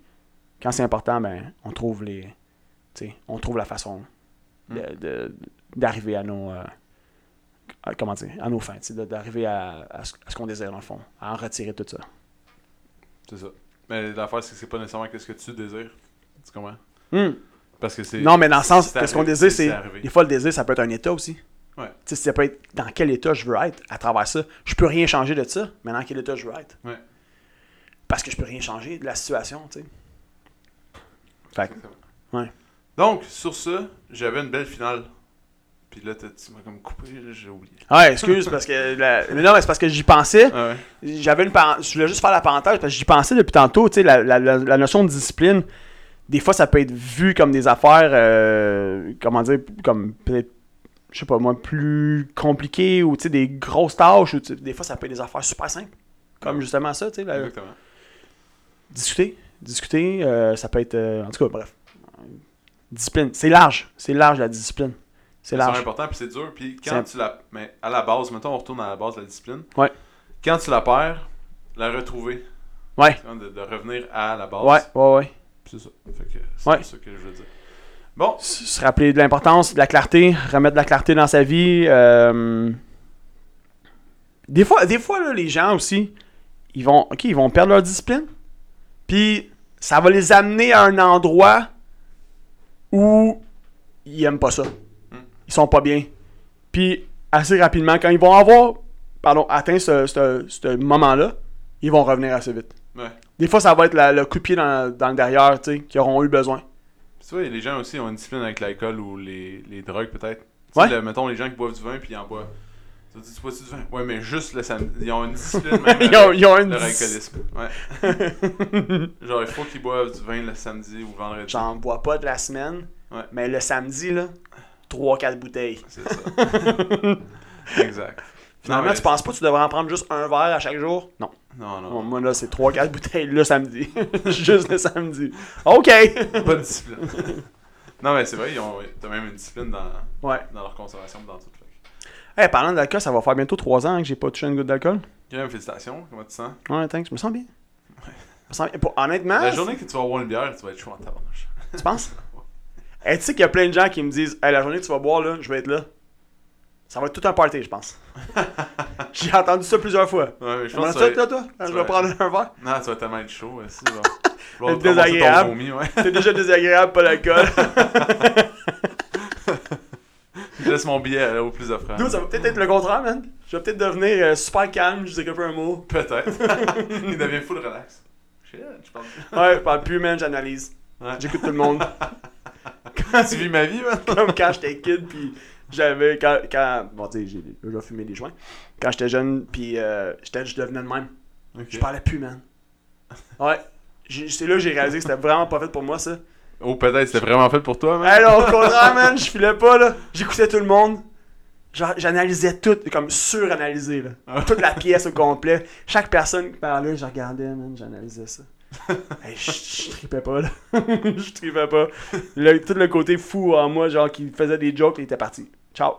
quand c'est important, ben, on trouve les. tu sais, on trouve la façon de- de- d'arriver à nos. euh, à- comment dire À nos fins. tu sais, de- D'arriver à, à ce, à ce qu'on désire, dans le fond. À en retirer tout ça. C'est ça. Mais l'affaire, c'est que c'est pas nécessairement qu'est-ce que tu désires. Tu comprends? Hmm. Parce que c'est. Non, mais dans le sens, c'est qu'est-ce qu'on arrivé, désire, c'est c'est. arrivé. Des fois, le désir, ça peut être un état aussi. Ouais. Tu sais, ça peut être dans quel état je veux être à travers ça. Je peux rien changer de ça, mais dans quel état je veux être. Ouais. Parce que je peux rien changer de la situation, tu sais. Fait que- Exactement. Ouais. Donc, sur ce, j'avais une belle finale. Puis là, t'as- tu m'as comme coupé, là, j'ai oublié. Ouais, Ah, excuse, parce que. la- Mais non, mais c'est parce que j'y pensais. Ah ouais. J'avais une pan- Je voulais juste faire la parenthèse parce que j'y pensais depuis tantôt, tu sais, la, la- la- la notion de discipline, des fois ça peut être vu comme des affaires euh, comment dire, comme peut-être je sais pas moi, plus compliquées ou tu sais, des grosses tâches ou tu sais, des fois ça peut être des affaires super simples. Comme justement ça, tu sais, la- Exactement. Mm-hmm. discuter. Discuter, euh, ça peut être. euh, en tout cas, bref. Discipline. C'est large. C'est large la discipline. C'est C'est large. important, puis c'est dur. Puis quand C'est- tu la. Mais à la base, mettons, on retourne à la base de la discipline. Ouais. Quand tu la perds, la retrouver. Ouais. Tu vois, De, de revenir à la base. Ouais, ouais, ouais. Puis C'est ça. Fait que c'est Ouais. ça que je veux dire. Bon, se se rappeler de l'importance, de la clarté, remettre de la clarté dans sa vie. euh, Des fois, des fois là, les gens aussi, ils vont, ok, ils vont perdre leur discipline. Puis ça va les amener à un endroit où ils aiment pas ça. Ils sont pas bien. Puis assez rapidement, quand ils vont avoir pardon, atteint ce, ce- ce moment-là, ils vont revenir assez vite. Ouais. Des fois, ça va être la- le coup de pied dans, dans le derrière, tu sais, qu'ils auront eu besoin. Tu vois, les gens aussi ont une discipline avec l'alcool ou les, les drogues, peut-être. Tu Ouais. sais, le- mettons les gens qui boivent du vin puis ils en boivent. Tu dis, tu bois du vin? Ouais, mais juste le samedi. Ils ont une discipline même. Ils ont- avec ils ont une Leur dis- alcoolisme. Ouais. Genre, il faut qu'ils boivent du vin le samedi ou le vendredi. J'en bois pas de la semaine, Ouais. mais le samedi, là, 3-4 bouteilles. C'est ça. exact. Finalement, mais- Ah. tu penses pas que tu devrais en prendre juste un verre à chaque jour? Non. Non, non. Bon, Moi, là, c'est 3-4 bouteilles le samedi. Juste le samedi. OK! Pas de discipline. non, mais c'est vrai, ils ont t'as même une discipline dans, Ouais. dans leur consommation dans tout. Fait. Hey, parlant d'alcool, ça va faire bientôt 3 ans que j'ai pas touché une goutte d'alcool. Graham, félicitations. Comment tu te sens? Ouais, thanks. Je me sens bien. Je me sens bien. Pour- honnêtement, La journée que tu vas boire une bière, tu vas être chaud en tabarnouche. Hein? tu penses? Hey, tu sais qu'il y a plein de gens qui me disent hey, « la journée que tu vas boire, là, je vais être là. » Ça va être tout un party, je pense. j'ai entendu ça plusieurs fois. Ouais, mais je Tu m'en pense as que tu fait, vas... là, toi? Je vais ouais. prendre un verre. Non, tu vas tellement être chaud aussi. Genre. Être Vouloir te ramasser ton désagréable. vomi, ouais. T'es déjà désagréable, pas l'alcool. Je laisse mon billet là, au plus offrant. Nous, ça va peut-être être le contraire, man. Je vais peut-être devenir euh, super calme, je dirais pas un mot. Peut-être. Il devient full relax. Shit, je pense. Ouais, je parle plus, man, j'analyse. Ouais. J'écoute tout le monde. tu vis ma vie, man. Comme quand j'étais kid, puis j'avais. Quand, quand- Bon, tu sais, j'ai déjà fumé des joints. Quand j'étais jeune, puis euh, j'étais- je devenais de même. Je parlais plus, man. Ouais. J'ai- C'est là que j'ai réalisé que c'était vraiment pas fait pour moi, ça. Oh, peut-être, c'était vraiment fait pour toi, man. Alors, au contraire, man, je filais pas, là. J'écoutais tout le monde. Genre, J'analysais tout, comme suranalysé, là. Toute la pièce au complet. Chaque personne qui parlait, je regardais, man, j'analysais ça. Hey, je- je tripais pas, là. Je tripais pas. Le- tout le côté fou en moi, genre, qui faisait des jokes, il était parti. Ciao.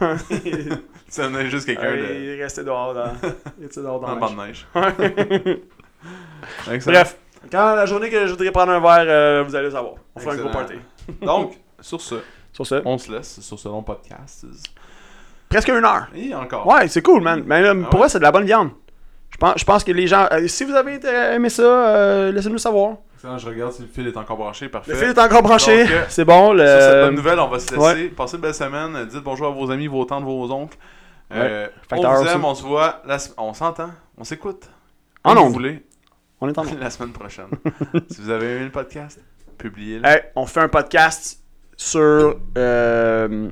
il Tu amenais juste quelqu'un de... restait dehors, dans, il était dehors dans dans le la banc de neige. neige. Excellent. Bref, quand la journée que je voudrais prendre un verre, euh, vous allez le savoir. On fera un gros Excellent. party. Donc, sur ce, Sur ce, on se laisse sur ce long podcast. presque une heure. Et encore. Ouais, c'est cool, man. Mais là, Ah ouais? pour vrai, c'est de la bonne viande. Je pense, je pense que les gens. euh, si vous avez été- aimé ça, euh, laissez-nous savoir. Excellent, je regarde si le fil est encore branché. Parfait. Le fil est encore branché. Donc, euh, c'est bon. Le... Sur cette bonne nouvelle, on va se laisser. ouais. Passez une belle semaine. Dites bonjour à vos amis, vos tantes, vos oncles. Euh, on Facteur vous aussi. aime, on se voit. la se- On s'entend. On s'écoute. En Comme vous ondes. voulez. On est en onde. La semaine prochaine. si vous avez aimé le podcast, publiez-le. Hey, on fait un podcast sur. euh,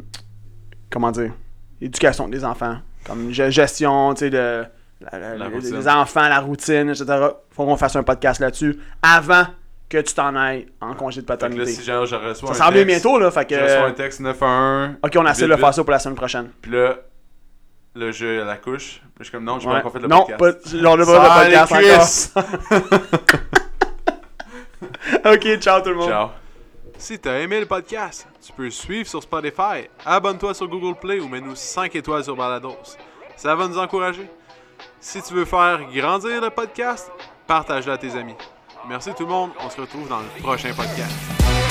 comment dire Éducation des enfants. Comme ge- gestion, tu sais, de. la- la- La les- routine. les enfants, la routine, etc. Faut qu'on fasse un podcast là-dessus avant que tu t'en ailles en congé de Fait que là, paternité. si genre, je reçois ça un s'en vient texte, bientôt, là. Fait que. Je reçois un texte 9 à 1. Ok, on essaie de vite, le vite. faire ça pour la semaine prochaine. Puis là, le jeu à la couche. Puis je suis comme non, j'ai Ouais. pas encore fait le non, podcast. pas- on n'a Sors pas les le podcast encore. ok, ciao tout le monde. Ciao. Si t'as aimé le podcast, tu peux le suivre sur Spotify, abonne-toi sur Google Play ou mets-nous 5 étoiles sur Balados. Ça va nous encourager. Si tu veux faire grandir le podcast, partage-le à tes amis. Merci tout le monde, on se retrouve dans le prochain podcast.